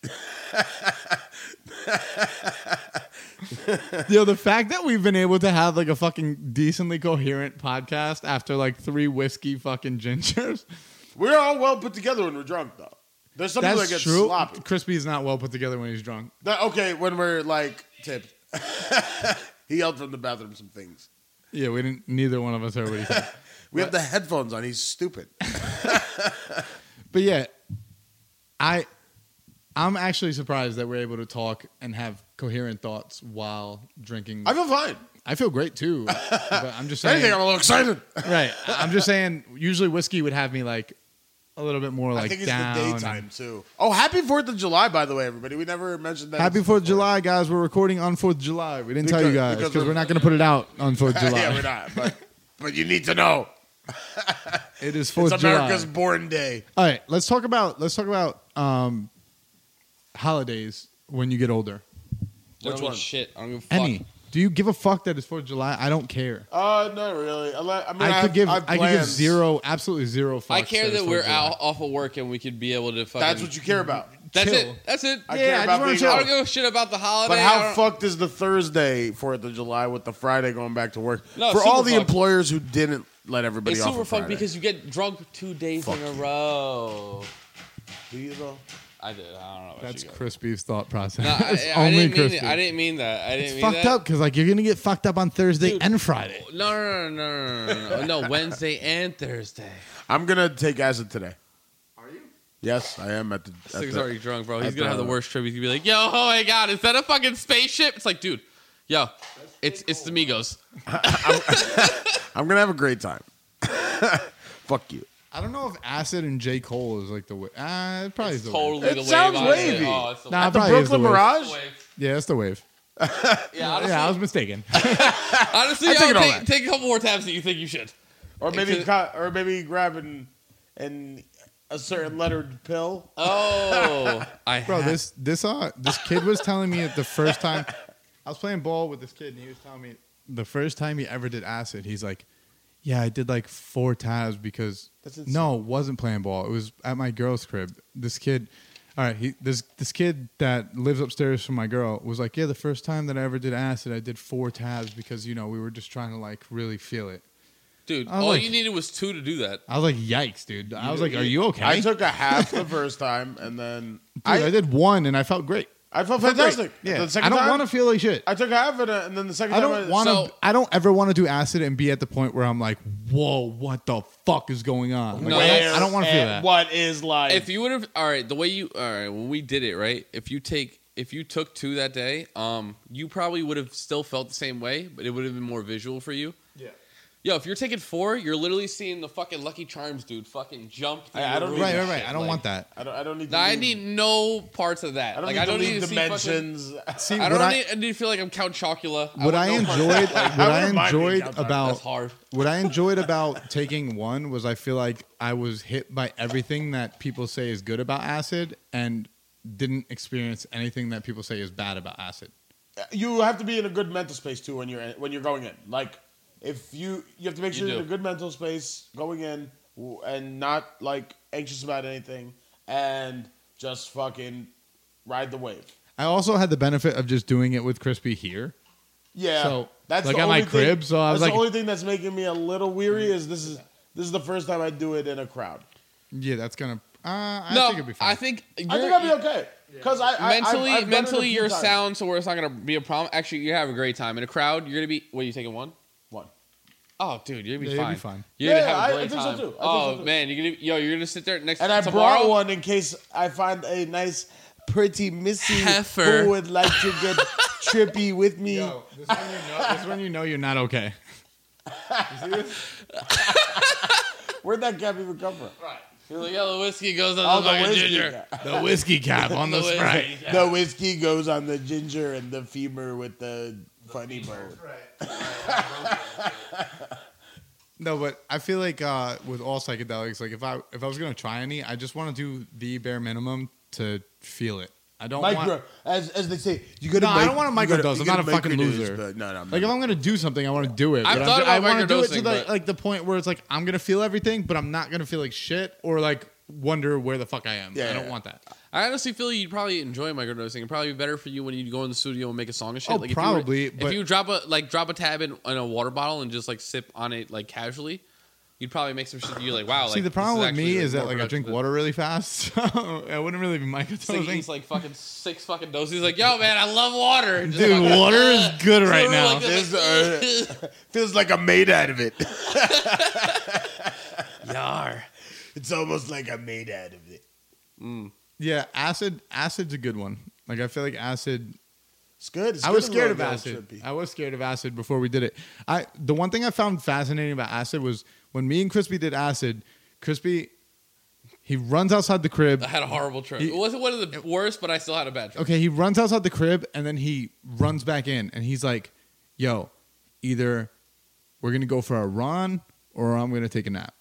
B: Yo, the fact that we've been able to have like a fucking decently coherent podcast after like three whiskey fucking gingers,
D: we're all well put together when we're drunk, though. There's something that
B: that's
D: gets
B: true.
D: sloppy.
B: Crispy is not well put together when he's drunk.
D: That- okay, when we're like tipped. he yelled from the bathroom some things.
B: Yeah, we didn't. Neither one of us heard what he said.
D: We have the headphones on. He's stupid.
B: But yeah, I I'm actually surprised that we're able to talk and have coherent thoughts while drinking.
D: I feel fine.
B: I feel great too, but I'm just
D: If anything,
B: saying.
D: I'm a little excited.
B: right, I'm just saying. Usually, whiskey would have me like a little bit more like
D: I think it's
B: down.
D: the
B: and-
D: daytime too. Oh, happy Fourth of July, by the way, everybody. We never mentioned that.
B: Happy
D: It's
B: Fourth
D: the
B: of July, guys! We're recording on Fourth of July. We didn't tell you
D: Because-
B: guys
D: because
B: because
D: we're-
B: we're, not going to put it out on Fourth of July.
D: yeah, we're not. But but you need to know.
B: It is Fourth
D: It's
B: of July.
D: America's born day.
B: All right, let's talk about let's talk about um, holidays when you get older.
D: Which
C: Which
D: one?
C: one? Shit, I don't give a fuck.
B: Any? Do you give a fuck that it's Fourth of July? I don't care.
D: Uh, not really. I, li- I mean, I,
B: I
D: have-
B: could give
D: I,
B: I,
D: have
B: could give
D: plans.
B: zero absolutely zero fucks.
C: I care
B: it's
C: that
B: Fourth
C: we're
B: of July.
C: out off of work and we could be able to fucking.
D: That's what you care about.
C: That's
B: Chill.
C: it. That's it.
D: I
C: I,
B: Yeah,
D: care
B: I just
D: about
B: wanna
D: being
B: chill.
D: out.
C: don't give a shit about the holiday.
D: But
C: I
D: how
C: don't-
D: fucked is the Thursday Fourth of July with the Friday going back to work
C: No,
D: for
C: super
D: all the
C: fucked.
D: employers who didn't let everybody
C: It's
D: off.
C: super
D: on
C: fucked
D: Friday.
C: because you get drunk two days
D: Fuck
C: in a
D: you.
C: row.
D: Do you though?
C: I did. I don't know. About
B: That's
C: you guys.
B: Crispy's thought process.
C: No, I,
B: It's
C: I
B: only
C: didn't mean.
B: Crispy.
C: I didn't mean that. I didn't
B: It's
C: mean
B: fucked
C: that.
B: up because like you're gonna get fucked up on Thursday
C: Dude.
B: and Friday.
C: No, no, no, no, no, no, Oh, no. no Wednesday and Thursday.
D: I'm gonna take acid today.
E: Are you?
D: Yes, I am at the. At
C: Six
D: the-
C: already drunk, bro.
D: I
C: He's gonna have the
D: thought-
C: worst trip. He's gonna be like, "Yo, oh my god, is that a fucking spaceship?" It's like, dude, yo, it's it's the Migos.
D: I'm gonna have a great time. Fuck you.
B: I don't know if Acid and J Cole is like the way. Ah, it probably
C: It's
B: is the
C: totally
B: wave.
C: the
D: It sounds
C: wave. honestly.
D: wavy.
C: Oh, it's the
B: Nah,
C: wave.
D: The
B: Probably is
D: Brooklyn
B: the worst.
D: Mirage.
B: Yeah, that's the wave.
C: Yeah, honestly,
B: yeah, I was mistaken.
C: honestly,
D: I
C: yo,
D: take it all
C: take,
D: back.
C: take a couple more tabs that you think you should.
D: Or maybe,
C: Except-
D: co- or maybe grabbing and a certain lettered pill.
C: Oh, I
B: Bro,
C: ha-
B: this this uh this kid was telling me the first time I was playing ball with this kid and he was telling me the first time he ever did acid, he's like, Yeah, I did like four tabs because
D: That's insane.
B: no, it wasn't playing ball. It was at my girl's crib. This kid all right, he this this kid that lives upstairs from my girl was like, Yeah, the first time that I ever did acid, I did four tabs because you know, we were just trying to like really feel it.
C: dude.
B: I was
C: all
B: like-
C: you needed was two to do that.
B: I was like, Yikes, dude. I was like, Are you okay?
D: I took a half the first time, and then
B: Dude,
D: I,
B: I
D: I,
B: did one and I felt great.
D: felt
B: I felt great.
D: fantastic.
B: Yeah.
D: The second
B: I don't
D: time,
B: want to feel like shit.
D: I took half of it, and then the second
B: I
D: time
B: don't
D: I-
B: want to.
C: So-
B: I don't ever want to do acid and be at the point where I'm like, "Whoa, what the fuck is going on?" Like,
C: No,
B: I
C: that's-
B: don't, I don't want to feel
C: and
B: that.
C: What is life? If you would have, all right, the way you, all right, when we did it, right? If you take, if you took two that day, um, you probably would have still felt the same way, but it would have been more visual for you.
B: Yeah.
C: Yo, if you're taking four, you're literally seeing the fucking Lucky Charms dude fucking jump. through
D: I- I
C: the
D: don't
C: roof
D: need
B: Right,
C: and
B: right, right.
C: shit,
B: I don't
C: like-
B: want that.
D: I don't. I don't need. To
C: Nah, I
D: leave-
C: need no parts of that.
D: I don't
C: like
D: need
C: I
D: to
C: don't
D: leave
C: need to see fucking.
D: dimensions.
B: See,
C: I
B: what
C: don't
B: I,
C: need. I need to feel like I'm Count Chocula. I
B: what
C: want
B: I
C: no parts of
B: enjoyed, like, what I
D: wouldn't mind being
B: enjoyed
D: down there.
C: that.
B: about
C: That's hard.
B: what I enjoyed about taking one was I feel like I was hit by everything that people say is good about acid and didn't experience anything that people say is bad about acid.
D: you have to be in a good mental space too when you're in, when you're going in. Like if you you have to make
C: You
D: sure you're in
C: do.
D: a good mental space going in w- and not like anxious about anything and just fucking ride the wave.
B: I also had the benefit of just doing it with Crispy here.
D: Yeah.
B: So,
D: that's
B: like,
D: the
B: at my
D: only thing-
B: crib, so I was
D: that's
B: like- Mm.
D: the only thing that's making me a little weary is this is this is the first time I do it in a crowd.
B: Yeah, that's gonna. Uh, I
C: no,
B: think it'd be fine.
C: I think
D: I think
C: you're-
D: I'll be okay because I, I
C: mentally,
D: I've- I've done it a
C: mentally,
D: few
C: you're
D: times.
C: sound, so where it's not gonna be a problem. Actually, you have a great time in a crowd. You're gonna be. What are you taking one?
D: One.
C: Oh, dude, you're gonna be
B: Yeah, you'll
C: fine.
B: be fine.
C: You're
D: Yeah,
C: gonna have
D: I-
C: a
D: I
C: great
D: think so
C: time.
D: too. I think so
C: oh
D: too.
C: man, you're gonna. Yo, you're gonna sit there next.
D: And I
C: tomorrow,
D: brought one in case I find a nice, pretty missy
C: Heifer.
D: who would like to get trippy with me.
B: Yo, this one you know, this one you know you're not okay.
D: Where'd that gap even come from?
C: Right. You're like, yo, the whiskey goes on
D: Oh,
C: the fucking
D: whiskey
C: ginger.
D: gap.
B: The whiskey cap on
C: The
B: the
C: whiskey.
B: sprite.
D: The whiskey goes on the ginger and the femur with the funny bird.
B: No, but I feel like uh, with all psychedelics, like if I if I was gonna try any, I just want to do the bare minimum to feel it. I don't
D: Micro,
B: want
D: as, as they say, you gotta.
B: No, I
D: mic-
B: don't wanna
D: you gotta-
B: microdose.
D: you
B: I'm not a
D: gotta
B: fucking
D: microdose,
B: loser.
D: But no, no,
B: like if
D: no.
B: I'm gonna do something, I want to do it.
C: I've
B: but I'm
C: thought
B: ju-
C: about
B: I wanna do it to
C: microdosing,
B: the,
C: but-
B: like the point where it's like I'm gonna feel everything, but I'm not gonna feel like shit or like wonder where the fuck I am.
D: Yeah,
B: I don't
D: yeah.
B: want that.
C: I honestly feel you'd probably enjoy microdosing. It'd probably be better for you when you go in the studio and make a song and shit.
B: Oh,
C: if you were-
B: probably,
C: If you,
B: but-
C: drop a like drop a tab in, in a water bottle and just like sip on it like casually, you'd probably make some shit. that You're like,
B: See,
C: wow. like,
B: the
C: this
B: problem with
C: actually,
B: me is that
C: more
B: like I drink
C: productive.
B: water really fast, so I wouldn't really be
C: So he eats
B: microdosing.
C: like fucking six fucking doses. He's like, yo, man, I love water. Just
B: Dude,
C: fucking-
B: water is good right
C: Like,
B: now. uh,
C: this,
D: This, Feels like I'm made out of it.
C: Yar.
D: It's almost like I'm made out of it.
B: Yeah, acid. Acid's a good one. Like I feel like acid.
D: It's good. It's
B: I
D: good
B: was
D: to
B: scared
D: learn
B: of
D: that
B: acid.
D: trippy.
B: I was scared of acid before we did it. I the one thing I found fascinating about acid was when me and Crispy did acid. Crispy, he runs outside the crib.
C: I had a horrible trip.
B: He-
C: It wasn't one of the worst, but I still had a bad trip.
B: Okay, he runs outside the crib and then he runs back in and he's like, "Yo, either we're gonna go for a run or I'm gonna take a nap."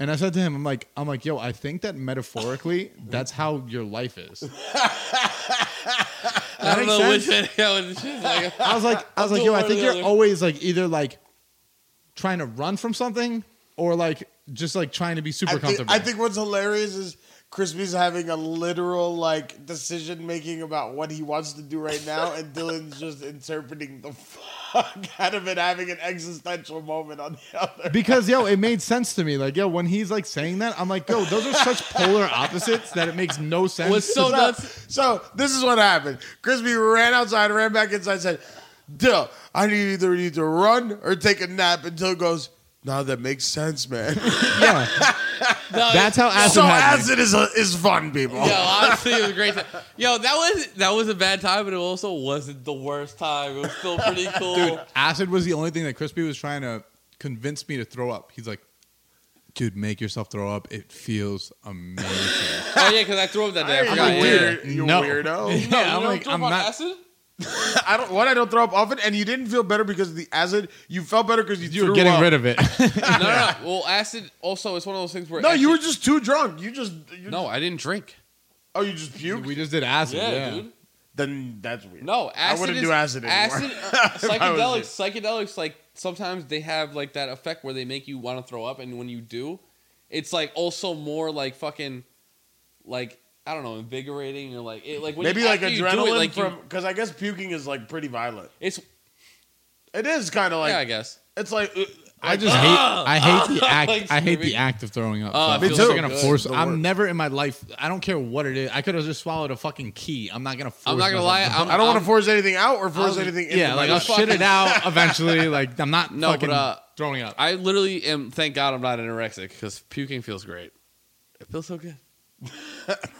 B: And I said to him, "I'm like, I'm like, yo, I think that metaphorically, that's how your life is."
C: I don't
B: makes
C: know which
B: sense.
C: video. It's just like,
B: I was like, I was like,
C: do
B: yo,
C: one
B: I
C: or
B: think
C: the
B: you're
C: other.
B: always like either like trying to run from something or like just like trying to be super
D: I think,
B: comfortable.
D: I think what's hilarious is Crispy's having a literal like decision making about what he wants to do right now, and Dylan's just interpreting the. F- kind of been having an existential moment on the other.
B: Because yo, it made sense to me. Like yo, when he's like saying that, I'm like, yo, those are such polar opposites that it makes no sense.
C: What's so nuts?
D: So this is what happened. Crispy ran outside, ran back inside, said, "Duh, I need either need to run or take a nap." Until goes, "Now that makes sense, man."
B: yeah, that's how acid
D: so
B: happened.
D: acid is a, is fun, people.
C: Yo, honestly, it was a great time. Yo, that was that was a bad time, but it also wasn't the worst time. It was still pretty cool.
B: Dude, acid was the only thing that Crispy was trying to convince me to throw up. He's like, dude, make yourself throw up. It feels amazing.
C: oh yeah, because I threw up that day. I
D: You
C: forgot. Yeah.
D: weird-
B: yeah.
D: you
B: No.
D: weirdo.
C: No,
B: Yeah, I'm
C: you
B: like,
C: don't throw
B: I'm
C: up on
B: not-
C: acid.
D: I don't. What I don't throw up often, and you didn't feel better because of the acid. You felt better because you,
B: You were
D: threw
B: getting
D: up.
B: rid of it.
C: No, no, no. Well, acid also it's one of those things where
D: No, you
C: acid-
D: were just too drunk. You just you
C: no, I didn't drink.
D: Oh, you just puked.
B: we just did acid.
C: Yeah,
B: Yeah,
C: dude.
D: then that's weird.
C: No, acid
D: wouldn't
C: is,
D: do acid
C: Acid,
D: anymore. If I
C: psychedelics,
D: was
C: psychedelics. Like sometimes they have like that effect where they make you want to throw up, and when you do, it's like also more like fucking, like I don't know, invigorating or like it like when
D: Maybe
C: you,
D: like
C: after you do
D: adrenaline
C: it, like you-
D: from because I guess puking is like pretty violent.
C: it's
D: It is kind of like
C: yeah, I guess.
D: it's like uh,
B: I
D: like,
B: just
D: uh,
B: hate. I hate the act.
C: Ah! Like
B: I hate
C: screaming.
B: the act of throwing up.
C: Oh, it
B: I'm
C: feels
B: just
C: so
B: gonna
C: good.
B: force.
D: The worst.
B: I'm never in my life. I don't care what it is. I could have just swallowed a fucking key. I'm not gonna. Force
C: I'm not gonna
B: myself
C: lie.
B: to-
C: I'm,
D: I don't want
C: I'm-
D: to force anything out or force
C: I'll-
D: anything.
B: yeah,
D: into
B: like I'll
D: my mouth.
B: shit it out eventually. Like I'm not
C: No, but,
B: fucking
C: uh,
B: throwing up.
C: I literally am. Thank God I'm not anorexic because puking feels great. It feels so good.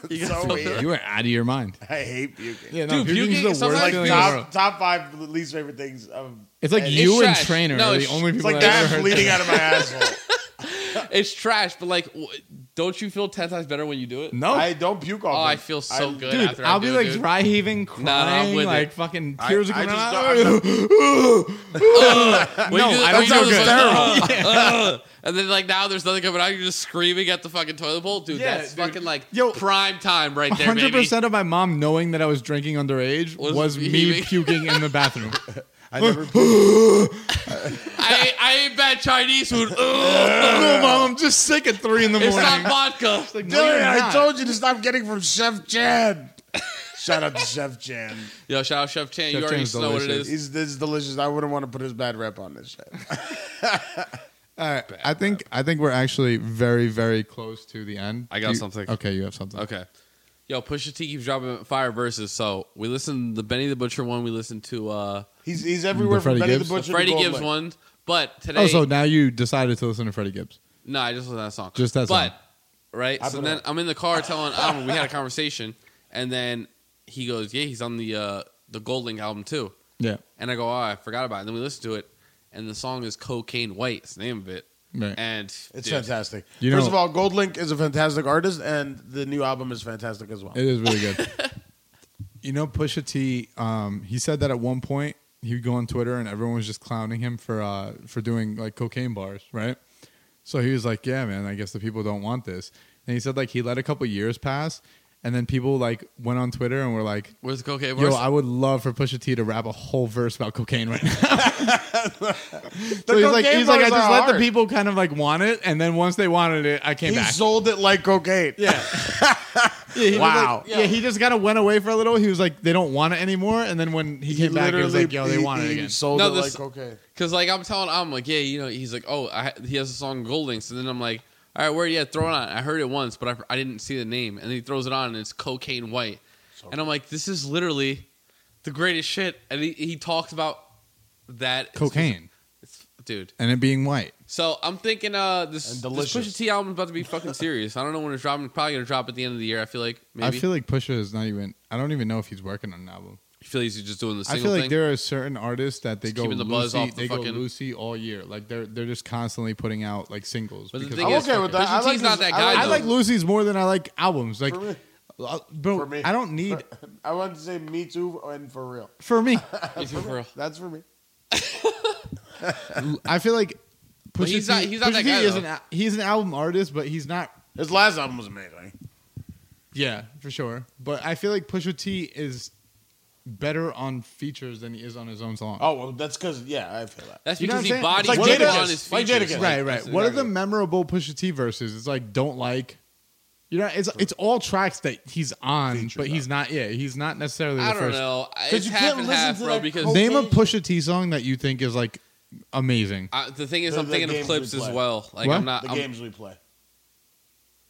D: It's so weird.
B: you were out of your mind.
D: I hate puking.
B: Yeah,
C: Dude, puking's the worst
D: Like
C: Feeling
D: top, top five least favorite things of
B: It's like
D: and-
B: you and
C: trash.
B: Trainer
C: No,
B: are the
C: it's-
B: only
D: It's
B: people
D: like
B: that I've
D: that
B: ever heard.
D: bleeding out of my asshole.
C: It's trash, but like, w- don't you feel ten times better when you do it?
B: No,
D: I don't puke often.
C: Oh, I feel so
D: I-
C: good.
B: dude,
C: after
B: I'll
C: I do
B: be
C: it,
B: like
C: dude.
B: dry heaving,
C: Nah, nah, I'm
B: crying,
C: with
B: like
C: it.
B: fucking tears are
D: I
B: coming
D: just
B: out.
C: When
B: No,
C: you do-
B: I
C: when
B: don't
C: you do
B: feel
C: those, like, uh, uh, and then like now there's nothing coming out. You're just screaming at the fucking toilet bowl, dude.
B: Yeah,
C: that's
B: dude.
C: fucking like
B: Yo,
C: prime time right there,
B: Hundred
C: baby.
B: percent of my mom knowing that I was drinking underage
C: Was
B: was,
C: heaving.
B: me puking in the bathroom.
D: I never
C: I ate- I ate bad Chinese food. Ugh,
B: no, mom, I'm just sick at three in the
C: it's
B: morning.
C: not vodka.
B: Like, no,
D: Dylan,
B: you're
D: I
B: not.
D: told you to stop getting from Chef Chan. Shout out to Chef Chan.
C: Yo, shout out Chef Chan.
B: Chef
C: you already
B: Chan's
C: know what it
B: delicious.
C: is.
D: He's this is delicious. I wouldn't want to put his bad rep on this shit.
B: All right, I think I think we're actually very very close to the end.
C: I got
B: Do you-
C: something.
B: Okay, you have something.
C: Okay. Yo, Pusha T keeps dropping fire verses. So we listened to the Benny the Butcher one. We listened to uh,
D: He's he's everywhere
B: The
D: from
B: Freddie
D: Benny
B: Gibbs?
D: the
B: The
C: the
D: Butcher. to
C: Freddie
D: Gold
C: Gibbs
D: Lake.
C: one. But today,
B: Oh, so now you decided to listen to Freddie Gibbs.
C: No, I just listened to that song.
B: Just that
C: but,
B: song.
C: Right?
D: I
C: so
D: put
C: then
D: it-
C: I'm in the car telling Adam, we had a conversation, and then he goes, Yeah, he's on the uh, the Gold Link album too.
B: Yeah.
C: And I go, Oh, I forgot about it. And then we listened to it, and the song is Cocaine White, it's the name of it.
B: Right.
C: And
D: It's
C: dude,
D: fantastic.
B: You
D: First
B: know-
D: of all, Gold Link is a fantastic artist, and the new album is fantastic as well.
B: It is really good. you know, Pusha T. Um, he said that at one point he would go on Twitter and everyone was just clowning him for uh, for doing like cocaine bars, right? So he was like, "Yeah, man, I guess the people don't want this." And he said like he let a couple years pass, and then people like went on Twitter and were like.
C: Where's the cocaine
B: Yo,
C: verse?
B: I would love for Pusha T to rap a whole verse about cocaine right now.
D: The
B: so he's like,
D: cocaine
B: he's like, I
D: bars
B: just
D: are
B: let
D: hard.
B: the people kind of like want it, and then once they wanted it, I came
D: He
B: back.
D: sold it like cocaine.
B: Yeah. yeah
D: Wow.
B: wow. yeah, he just kind of went away for a little. He was like, they don't want it anymore. And then when he
D: He
B: came back, he was
D: literally
B: like, yo, they
D: he-
B: want it
D: he
B: again.
D: Sold
C: No,
D: it
C: this-
D: like cocaine.
C: Because like I'm telling, I'm like, yeah, you know, he's like, oh, I, he has a song Gold Links, and then I'm like, all right, where you at? Throw it on. I heard it once, but I, I didn't see the name, and then he throws it on, and it's Cocaine White, and I'm like, this is literally the greatest shit, and he, he talks about that It's
B: Cocaine
C: just- it's- dude.
B: and it being white.
C: So I'm thinking, uh, this,
D: And
C: this
D: delicious.
C: Pusha T album's about to be fucking serious. I don't know when it's dropping. Probably gonna drop at the end of the year. I feel like maybe.
B: I feel like Pusha is not even. I don't even know if he's working on an album.
C: you feel he's just doing the
B: I
C: single
B: feel like
C: thing.
B: there are certain artists that they
C: Just
B: go
C: keeping the buzz
B: Lucy,
C: off the
B: they go
C: fucking-
B: Lucy all year. Like they're they're just constantly putting out like singles.
C: But the
B: because
C: thing
D: I'm
C: is,
D: okay with that. I
C: Pusha
D: like
C: T's not
D: this-
C: that
D: I
C: guy.
B: I
C: though.
B: like Lucy's more than I like albums. Like,
D: For me.
B: uh, bro,
D: For me.
B: I don't need
D: I wanted to say me too and for real.
B: for me.
C: Me too, for real.
D: That's for me.
B: I feel like Pusha
C: he's
B: T,
C: not- he's not
B: Pusha
C: that
B: T
C: guy,
B: is
C: though.
B: an al- he's an album artist, but he's not
D: His last album was amazing.
B: Yeah, for sure. But I feel like Pusha T is better on features than he is on his own song.
D: Oh well, that's because yeah, I feel that.
C: That's
B: You know
C: because
B: what
C: he
B: I'm
C: bodies
B: saying? It's
D: like
C: people
D: Jadakiss.
C: on his
D: Like
C: features.
D: Jadakiss.
B: right, right.
D: That's
B: What are
D: exactly
B: the memorable Pusha T verses? It's like don't like, You know, it's it's all tracks that he's on, but he's not. Yeah, he's not necessarily.
C: I
B: the
C: don't
B: first.
C: know.
D: Because
C: It's
D: you
C: half
D: can't
C: and
D: listen
C: half,
D: to
C: bro.
D: that
C: Because
D: whole-
B: Name a
D: Okay.
B: Pusha T song that you think is like amazing.
C: I, the thing is,
D: The-
C: I'm
D: the
C: thinking of
D: games
C: clips
D: we
C: as
D: play.
C: well. Like
B: What?
C: I'm not.
D: the
C: Uh, I'm,
D: games we play.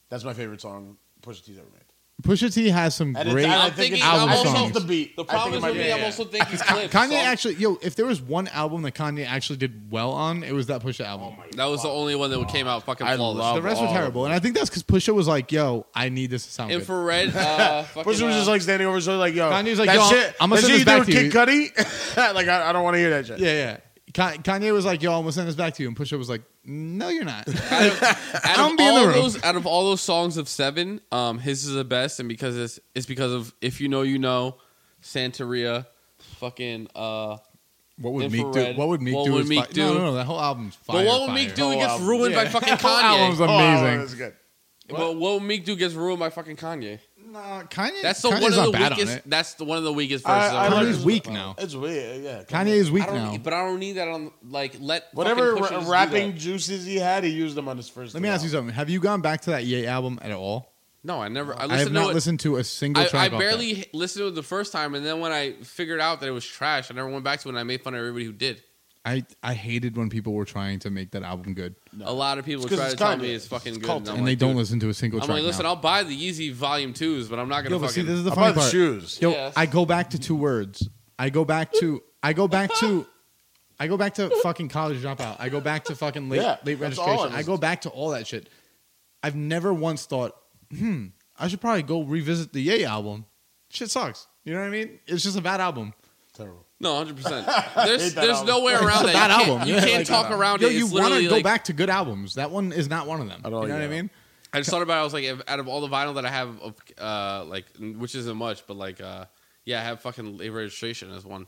D: That's my favorite song Pusha T's ever made.
B: Pusha T has some
D: And
B: great.
D: it's, and I
C: I'm
D: think it's
C: thinking
D: I
B: album
D: think
B: songs.
D: it's the beat.
C: The
D: I think
C: problem
D: it
C: is
D: might
C: with
D: be-
C: me. I'm also thinking clips.
B: Kanye
C: so-
B: actually, yo, if there was one album that Kanye actually did well on, it was that Pusha album.
C: That was the only one that came out fucking
D: I
C: flawless.
D: love
B: the rest were
D: all of
B: terrible, and I think that's because Pusha was like, "Yo, I need this to sound good."
C: Infrared. Uh, fucking,
D: Pusha was
C: uh,
D: just like standing over his shoulder, like, yo,
B: Kanye's like,
D: that
B: yo, I'm-
D: shit,
B: I'ma
D: that
B: send
D: shit
B: this
D: you did
B: back
D: with Kid Cudi? like, I, I don't want to hear that shit.
B: yeah, yeah. Ka- Kanye was like, "Yo, I'm gonna send this back to you," and Pusha was like, "No, you're not."
C: out
B: I'm
C: of
B: being
C: all
B: the room.
C: those out of all those songs of seven, um, his is the best, and because it's it's because of if you know you know, Santeria, fucking uh,
B: what would Meek
C: Infrared.
B: do? What would Meek
C: What
B: do?
C: would
B: is
C: Meek
B: fi-
C: do?
B: No, no, no. That whole album's fire.
C: but what would
B: fire.
C: Meek do? He
D: Whole
C: gets
D: album.
C: ruined by
B: Yeah.
C: fucking
B: Whole album's
C: Kanye.
D: Oh, I
B: amazing.
D: love this good.
C: But what would Meek do gets ruined by fucking Kanye.
B: Nah, Kanye.
C: That's the
B: Kanye's
C: one
B: not
C: of the
B: bad on
C: weakest.
B: it.
C: That's the one of the weakest verses.
D: I
C: I've
D: like
C: heard.
B: Kanye's weak now.
D: It's weird, yeah.
B: Kanye is
C: I
B: weak
C: don't, e-,
B: now.
C: but I don't need that on like let
D: Whatever
C: fucking Pusha
D: ra-
C: just do
D: rapping
C: that.
D: juices he had, he used them on his first.
B: Let me ask you something. Have you gone back to that Ye album at all?
C: No, I never. I,
B: I have
C: listened
B: not
C: to it.
B: listened to a single
C: I, I
B: track. off that.
C: barely h- listened to it the first time, and then when I figured out that it was trash, I never went back to it. and I made fun of everybody who did.
B: I I hated when people were trying to make that album good,
C: A lot of people
D: 'cause
C: try
D: it's
C: to tell
D: Kanye.
C: me it's fucking
D: It's
C: good,
D: cult.
C: and, I'm
B: and
C: like,
B: they don't
C: dude.
B: listen to a single
C: I'm
B: track.
C: like, listen,
B: now.
C: I'll buy the Yeezy Volume Twos, but I'm not gonna
B: Yo, but see,
C: fucking.
B: this is the
D: How
B: funny
D: about
B: part.
D: shoes?
B: Yo,
C: Yeah.
B: I go back to two words. I go back to I go back to I go back to fucking college dropout. I go back to fucking late
D: Yeah,
B: late
D: that's all I
B: registration. I
D: was-
B: go back to all that shit. I've never once thought, hmm, I should probably go revisit the Yay album. Shit sucks. You know what I mean? It's just a bad album.
D: Terrible.
C: no, 100. percent
D: Hate
C: There's
D: that
C: there's
D: album.
C: no way
B: It's
C: around
B: a
C: that.
B: bad
C: you can't,
B: album.
C: You
B: Yeah,
C: can't
B: like, uh,
C: talk around
B: Yo,
C: it.
B: you
C: it's
B: want to
C: literally
B: go
C: like,
B: back to good albums. That one is not one of them.
D: At all,
B: you know what I
D: yeah.
B: mean?
C: I just thought about. it. I was like, if, out of all the vinyl that I have of uh like, which isn't much, but like uh yeah, I have fucking late registration as one,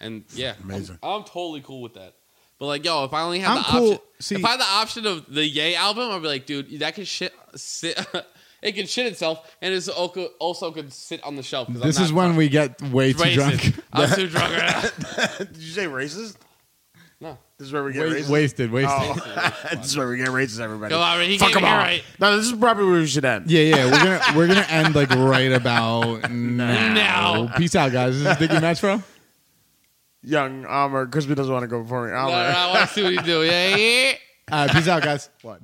C: and yeah, I'm-
D: Amazing.
C: I'm, totally cool with that. But like, yo, if I only had
B: I'm
C: the
B: cool.
C: option,
B: See-
C: if I had the option of the Yay album, I'd be like, dude, that could shit sit. It can shit itself, and it's also, also could sit on the shelf. 'cause I'm
B: This
C: not
B: is when
C: fucking
B: we get way too
C: racist.
B: drunk.
C: I'm too drunk right now.
D: Did you say racist?
C: No.
D: This is where we get
B: Wa-
D: racist.
B: wasted, wasted.
D: Oh. this is where we get racist, everybody.
C: Come on, he
D: Fuck
C: came
D: them
C: here
D: all.
C: right.
D: No, this is probably where we should end.
B: Yeah, yeah, we're gonna we're gonna end like right about now.
C: Now.
B: Peace out, guys. This is Dicky Matchfro.
D: Young Amr, Crispy doesn't want to go before me.
C: No,
D: Amr.
C: no, no, I want to see what he do. Yeah, yeah.
B: Uh, peace out, guys.
D: What?